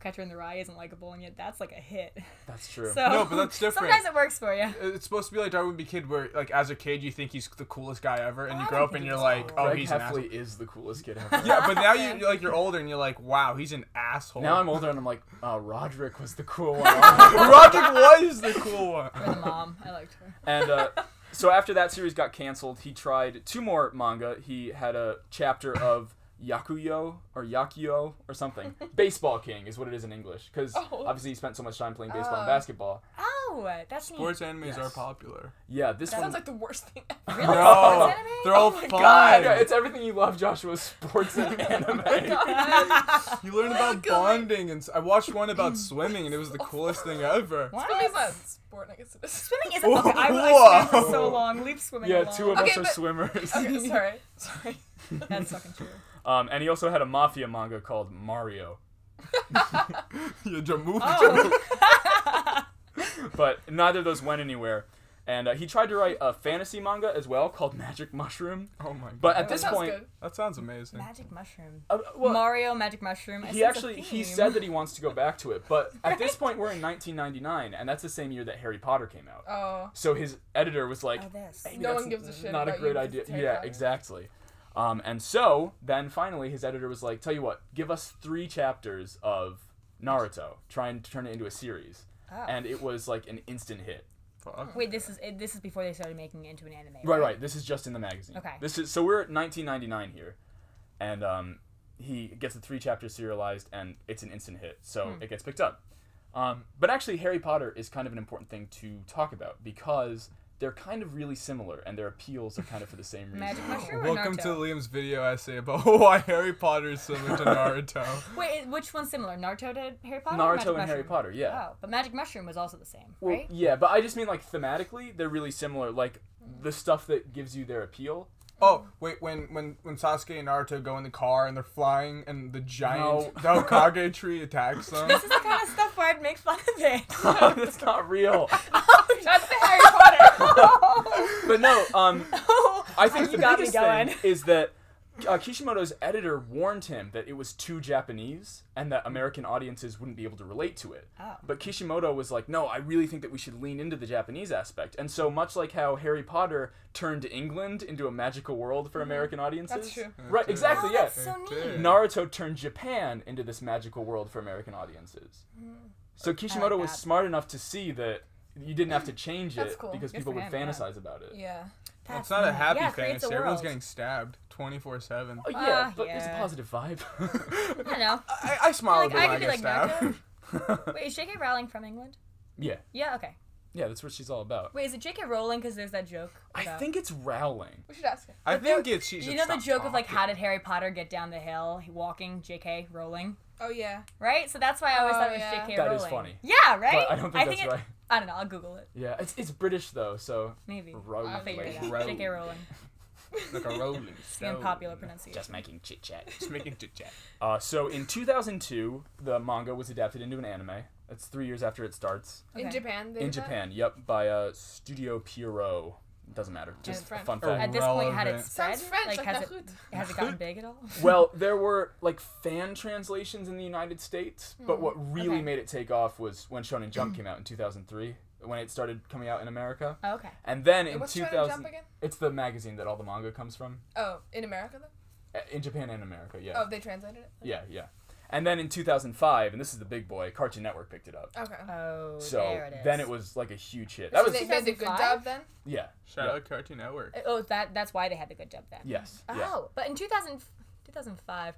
Speaker 3: Catcher in the Rye isn't likable, and yet that's like a hit.
Speaker 1: That's true.
Speaker 3: So
Speaker 4: No, but that's different.
Speaker 3: Sometimes it works for you.
Speaker 4: It's supposed to be like Darwin Be Kid, where like as a kid you think he's the coolest guy ever, and you
Speaker 3: I
Speaker 4: grow
Speaker 3: don't
Speaker 4: up and
Speaker 3: think
Speaker 4: you're
Speaker 3: he's
Speaker 4: like,
Speaker 3: cool.
Speaker 4: oh,
Speaker 1: Greg
Speaker 4: he's an asshole.
Speaker 1: Heffley is the coolest kid ever.
Speaker 4: Yeah, but now you you're, like you're older and you're like, wow, he's an asshole.
Speaker 1: Now I'm older and I'm like, uh, Roderick was the cool one.
Speaker 4: Roderick was the cool one.
Speaker 3: Or the mom, I liked her.
Speaker 1: and uh, so after that series got canceled, he tried two more manga. He had a chapter of Yakuyo or Yakuyo or something. baseball King is what it is in English, because
Speaker 5: Oh.
Speaker 1: obviously he spent so much time playing baseball
Speaker 5: Oh.
Speaker 1: and basketball.
Speaker 3: Oh, that's neat.
Speaker 4: Sports animes
Speaker 1: Yes.
Speaker 4: are popular.
Speaker 1: Yeah, this
Speaker 5: That
Speaker 1: one.
Speaker 5: sounds like the worst thing ever.
Speaker 3: Really?
Speaker 4: No,
Speaker 3: Sports anime?
Speaker 4: they're all
Speaker 5: Oh my
Speaker 4: fun.
Speaker 1: God, yeah, it's everything you love, Joshua. Sports and
Speaker 5: Oh
Speaker 1: anime.
Speaker 4: You learn
Speaker 3: Oh
Speaker 4: about bonding, and s- I watched one about swimming, and it was the coolest thing ever.
Speaker 3: What?
Speaker 5: Swimming's not a sport, I guess it is.
Speaker 3: Swimming isn't. Okay, I,
Speaker 4: Whoa.
Speaker 3: I swam for so long. Leave swimming.
Speaker 1: yeah,
Speaker 3: alone.
Speaker 1: two of
Speaker 5: Okay,
Speaker 1: us are
Speaker 5: but-
Speaker 1: swimmers.
Speaker 5: Okay, sorry. Sorry.
Speaker 3: That's fucking true.
Speaker 1: Um, and he also had a mafia manga called Mario.
Speaker 4: You just move.
Speaker 3: Oh.
Speaker 1: but neither of those went anywhere. And uh, he tried to write a fantasy manga as well called Magic Mushroom.
Speaker 4: Oh my god.
Speaker 1: But at
Speaker 5: That
Speaker 1: this
Speaker 5: sounds
Speaker 1: point,
Speaker 5: good.
Speaker 4: that sounds amazing.
Speaker 3: Magic mushroom.
Speaker 1: uh, well,
Speaker 3: Mario magic mushroom. I
Speaker 1: he
Speaker 3: sense a
Speaker 1: actually he
Speaker 3: theme.
Speaker 1: said that he wants to go back to it. But at this point, we're in 1999, and that's the same year that Harry Potter came out.
Speaker 5: Oh.
Speaker 1: So his editor was like,
Speaker 3: Oh, this.
Speaker 1: "Hey,
Speaker 5: No
Speaker 1: that's
Speaker 5: one gives a shit
Speaker 1: Not a
Speaker 5: about you
Speaker 1: great
Speaker 5: because
Speaker 1: idea.
Speaker 5: it's Harry
Speaker 1: Yeah,
Speaker 5: Potter.
Speaker 1: exactly. Um, and so then finally, his editor was like, "Tell you what, give us three chapters of Naruto. Try and turn it into a series."
Speaker 3: Oh.
Speaker 1: And it was like an instant hit.
Speaker 4: Fuck.
Speaker 3: Wait, this is it, this is before they started making it into an anime.
Speaker 1: Right, right. This is just in the magazine.
Speaker 3: Okay.
Speaker 1: This is so we're at 1999 here, and um, he gets the three chapters serialized, and it's an instant hit, so
Speaker 3: Hmm.
Speaker 1: it gets picked up. Um, but actually, Harry Potter is kind of an important thing to talk about because they're kind of really similar, and their appeals are kind of for the same reason.
Speaker 3: Magic mushroom. or
Speaker 4: Welcome
Speaker 3: Naruto?
Speaker 4: to Liam's video essay about why Harry Potter is similar to Naruto.
Speaker 3: Wait, i- which one's similar? Naruto to Harry Potter? or
Speaker 1: Naruto
Speaker 3: Magic
Speaker 1: and
Speaker 3: Mushroom?
Speaker 1: Harry Potter, yeah.
Speaker 3: Oh, but Magic Mushroom was also the same,
Speaker 1: Well,
Speaker 3: right?
Speaker 1: yeah, but I just mean like thematically, they're really similar. Like the stuff that gives you their appeal.
Speaker 4: Oh, wait, when when when Sasuke and Naruto go in the car and they're flying and the giant
Speaker 1: No.
Speaker 4: Hokage tree attacks them.
Speaker 3: This is the kind of stuff where I'd make fun of it.
Speaker 1: That's not real.
Speaker 5: That's the Harry Potter.
Speaker 1: But no, um, I think
Speaker 3: You
Speaker 1: the
Speaker 3: got me
Speaker 1: biggest
Speaker 3: going.
Speaker 1: thing is that uh, Kishimoto's editor warned him that it was too Japanese and that American audiences wouldn't be able to relate to it.
Speaker 3: Oh.
Speaker 1: But Kishimoto was like, no, I really think that we should lean into the Japanese aspect. And so, much like how Harry Potter turned England into a magical world for American audiences.
Speaker 5: true.
Speaker 1: Right, exactly,
Speaker 3: Mm-hmm. Oh,
Speaker 1: yeah.
Speaker 3: that's so neat.
Speaker 1: Naruto turned Japan into this magical world for American audiences. So Kishimoto was
Speaker 3: Mm-hmm. that.
Speaker 1: smart enough to see that you didn't have to change
Speaker 5: That's
Speaker 1: it
Speaker 5: cool.
Speaker 1: because
Speaker 3: Good
Speaker 1: people
Speaker 3: for
Speaker 1: would
Speaker 3: him, yeah.
Speaker 1: fantasize about it.
Speaker 5: yeah.
Speaker 3: That's
Speaker 4: it's not a
Speaker 3: neat.
Speaker 4: happy
Speaker 3: yeah, it creates
Speaker 4: fantasy.
Speaker 3: a
Speaker 4: Everyone's
Speaker 3: world.
Speaker 4: getting stabbed 24 7.
Speaker 1: Oh, yeah,
Speaker 3: Ah,
Speaker 1: but it's a
Speaker 3: yeah.
Speaker 1: positive vibe.
Speaker 3: I don't know.
Speaker 4: I, I smiled
Speaker 3: Like, I
Speaker 4: when
Speaker 3: could be
Speaker 4: I, get
Speaker 3: like
Speaker 4: stabbed.
Speaker 3: Naruto. Uh, Wait, is J.K. Rowling from England?
Speaker 1: yeah,
Speaker 3: Yeah. Okay.
Speaker 1: yeah, that's what she's all about.
Speaker 3: Wait, is it J.K. Rowling? Because there's that joke.
Speaker 1: I
Speaker 3: about-
Speaker 1: think it's Rowling.
Speaker 5: We should ask him.
Speaker 4: I think it's she's
Speaker 3: You know
Speaker 4: just
Speaker 3: the
Speaker 4: not
Speaker 3: joke of like
Speaker 4: talking.
Speaker 3: how did Harry Potter get down the hill He- walking? J.K. Rowling,
Speaker 5: Oh yeah.
Speaker 3: right? So that's why I always
Speaker 5: Oh,
Speaker 3: thought it was
Speaker 5: yeah.
Speaker 3: J.K.
Speaker 1: That
Speaker 3: Rowling.
Speaker 1: is funny.
Speaker 3: Yeah, right.
Speaker 1: But I don't think that's
Speaker 3: it-
Speaker 1: right.
Speaker 3: I don't know. I'll Google it.
Speaker 1: Yeah, it's it's British though, so
Speaker 3: Maybe.
Speaker 1: Rowling.
Speaker 5: I'll
Speaker 3: Figure it
Speaker 1: like,
Speaker 3: out.
Speaker 4: Rowling.
Speaker 3: J.K. Rowling.
Speaker 4: like a rolling
Speaker 3: It's an unpopular pronunciation.
Speaker 1: Just making chit chat.
Speaker 4: Just making chit chat.
Speaker 1: Uh, so in 2002, the manga was adapted into an anime. That's three years after it starts.
Speaker 3: Okay.
Speaker 5: In Japan. They
Speaker 1: in
Speaker 5: did that?
Speaker 1: Japan, yep, by uh, Studio Pierrot. Doesn't matter. Just
Speaker 5: French.
Speaker 1: a fun
Speaker 4: Oh.
Speaker 1: fact.
Speaker 3: At this point, had it
Speaker 4: Relevant.
Speaker 3: spread?
Speaker 5: Sounds French, like,
Speaker 3: has,
Speaker 5: Naruto.
Speaker 3: it, has it gotten big at all?
Speaker 1: well, there were like fan translations in the United States, but what really
Speaker 3: Okay.
Speaker 1: made it take off was when Shonen Jump came out in 2003, when it started coming out in America.
Speaker 3: Oh, okay.
Speaker 1: And then in
Speaker 5: What's Shonen
Speaker 1: 2000,
Speaker 5: Jump again?
Speaker 1: it's the magazine that all the manga comes from
Speaker 5: Oh, in America though.
Speaker 1: Uh, in Japan and America. Yeah,
Speaker 5: Oh, they translated it.
Speaker 1: yeah, yeah. And then in 2005, and this is the big boy, Cartoon Network picked it up.
Speaker 5: Okay.
Speaker 3: Oh,
Speaker 1: so
Speaker 3: there it is.
Speaker 1: then it was like a huge hit.
Speaker 5: So
Speaker 1: That was
Speaker 5: they, they did a good
Speaker 3: 2005?
Speaker 5: job then.
Speaker 1: yeah,
Speaker 4: Shout
Speaker 1: yeah,
Speaker 4: out Cartoon Network.
Speaker 3: Oh, that that's why they had the good job then.
Speaker 1: yes,
Speaker 3: Oh,
Speaker 1: yeah.
Speaker 3: but in 2000, 2005,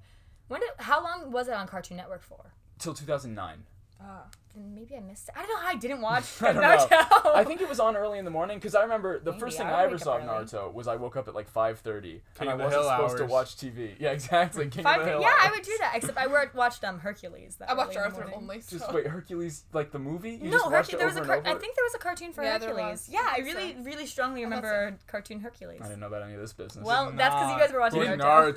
Speaker 3: when did, how long was it on Cartoon Network for?
Speaker 1: Till 2009.
Speaker 5: Ah.
Speaker 3: Then maybe I missed it. I don't know how I didn't watch
Speaker 1: I don't
Speaker 3: Naruto.
Speaker 1: know. I think it was on early in the morning because I remember the
Speaker 3: Maybe.
Speaker 1: first thing
Speaker 3: I
Speaker 1: I
Speaker 3: would
Speaker 1: ever
Speaker 3: wake
Speaker 1: saw
Speaker 3: up
Speaker 1: of
Speaker 3: early.
Speaker 1: Naruto was I woke up at like 5:30
Speaker 4: King
Speaker 1: and I
Speaker 4: of the
Speaker 1: wasn't
Speaker 4: Hill
Speaker 1: supposed to
Speaker 4: hours.
Speaker 1: watch TV. Yeah, exactly. King
Speaker 3: Five,
Speaker 1: of the Hill
Speaker 3: yeah, I
Speaker 1: hours.
Speaker 3: would do that. Except I wor- watched um Hercules. That
Speaker 5: I watched
Speaker 3: early in the
Speaker 5: Arthur
Speaker 3: morning.
Speaker 5: only. So.
Speaker 1: Just wait, Hercules like the movie? You
Speaker 3: No,
Speaker 1: just watched
Speaker 3: Hercules.
Speaker 1: it
Speaker 3: There was a
Speaker 1: over
Speaker 3: car-
Speaker 1: and
Speaker 3: I
Speaker 1: over?
Speaker 3: think there was a cartoon for
Speaker 5: Yeah, there
Speaker 3: Hercules.
Speaker 5: was.
Speaker 3: Yeah, I
Speaker 5: I think
Speaker 3: really,
Speaker 5: so.
Speaker 3: really strongly
Speaker 5: thought so.
Speaker 3: remember cartoon Hercules.
Speaker 1: I didn't know about any of this business.
Speaker 3: Well, that's because you guys were watching
Speaker 4: Big
Speaker 3: Naruto.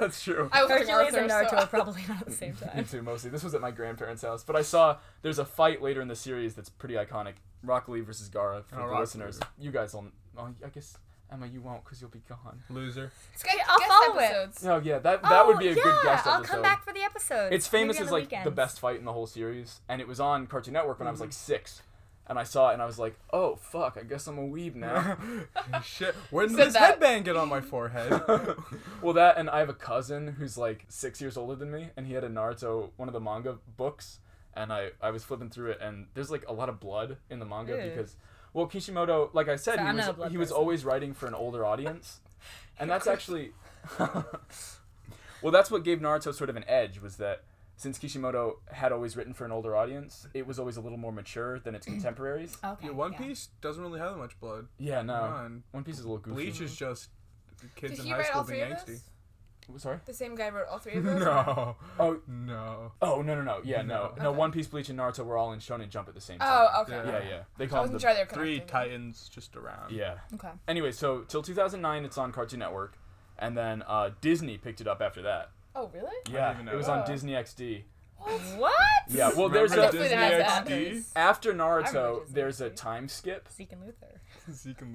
Speaker 1: that's true.
Speaker 5: I was watching
Speaker 3: Hercules and
Speaker 5: Arthur,
Speaker 3: Naruto
Speaker 5: so-
Speaker 3: are probably not at the same
Speaker 1: Me
Speaker 3: time.
Speaker 1: too, mostly. This was at my grandparents' house, but I saw there's a fight later in the series that's pretty iconic: Rock Lee versus Gara. For
Speaker 4: Oh,
Speaker 1: the
Speaker 4: Rock
Speaker 1: listeners, you guys all. Oh, I guess Emma, you won't because you'll be gone.
Speaker 4: Loser.
Speaker 5: Guest,
Speaker 3: I'll
Speaker 5: guest
Speaker 3: follow it.
Speaker 5: episodes.
Speaker 1: No, yeah, that that would
Speaker 3: Oh,
Speaker 1: be a
Speaker 3: yeah,
Speaker 1: good guest
Speaker 3: I'll
Speaker 1: episode.
Speaker 3: come back for the episode.
Speaker 1: It's famous
Speaker 3: Maybe on
Speaker 1: as like the
Speaker 3: weekends. Mm-hmm.
Speaker 1: best fight in the whole series, and it was on Cartoon Network when I was like six, and I saw it and I was like, oh fuck, I guess I'm a weeb now.
Speaker 4: Shit. When did
Speaker 5: Said
Speaker 4: this
Speaker 5: that.
Speaker 4: headband get on my forehead?
Speaker 1: well, that and I have a cousin who's like six years older than me, and he had a Naruto one of the manga books, and I I was flipping through it, and there's like a lot of blood in the manga
Speaker 3: Ew.
Speaker 1: because. Well, Kishimoto, like I said,
Speaker 3: So I'm
Speaker 1: he,
Speaker 3: not a
Speaker 1: was,
Speaker 3: blood
Speaker 1: he was
Speaker 3: person.
Speaker 1: always writing for an older audience. And that's actually. well, that's what gave Naruto sort of an edge, was that since Kishimoto had always written for an older audience, it was always a little more mature than its contemporaries.
Speaker 3: Okay.
Speaker 4: Your One
Speaker 3: yeah.
Speaker 4: Piece doesn't really have that much blood.
Speaker 1: Yeah, no.
Speaker 4: Come on.
Speaker 1: One Piece is a little goofy.
Speaker 4: Bleach is just kids
Speaker 5: Did
Speaker 4: in
Speaker 5: he
Speaker 4: high
Speaker 5: write
Speaker 4: school
Speaker 5: all three
Speaker 4: being
Speaker 5: of
Speaker 4: angsty.
Speaker 5: those?
Speaker 1: Sorry?
Speaker 5: The same guy wrote all three of those?
Speaker 4: No.
Speaker 1: Oh,
Speaker 4: No.
Speaker 1: oh no, no, no. Yeah, no. No,
Speaker 5: Okay.
Speaker 1: One Piece, Bleach, and Naruto were all in Shonen Jump at the same time.
Speaker 5: Oh, okay.
Speaker 4: Yeah.
Speaker 1: Yeah, yeah. They
Speaker 5: I
Speaker 1: call them the.
Speaker 5: wasn't sure they were
Speaker 4: Three
Speaker 5: connected.
Speaker 4: titans just around.
Speaker 1: Yeah.
Speaker 5: Okay.
Speaker 1: Anyway, so till 2009, it's on Cartoon Network, and then uh, Disney picked it up after that.
Speaker 5: Oh, really?
Speaker 1: Yeah,
Speaker 4: even
Speaker 1: it
Speaker 4: know
Speaker 1: was
Speaker 5: that.
Speaker 1: on
Speaker 5: Oh.
Speaker 1: Disney XD.
Speaker 3: What?
Speaker 1: Yeah, well, there's
Speaker 4: Remember
Speaker 1: a
Speaker 5: Disney has
Speaker 4: Disney
Speaker 5: boundaries.
Speaker 1: after
Speaker 3: remember
Speaker 1: Naruto,
Speaker 3: Disney
Speaker 1: there's a
Speaker 3: XD.
Speaker 1: time skip.
Speaker 3: Zeke and Luther.
Speaker 4: XD? Zeke and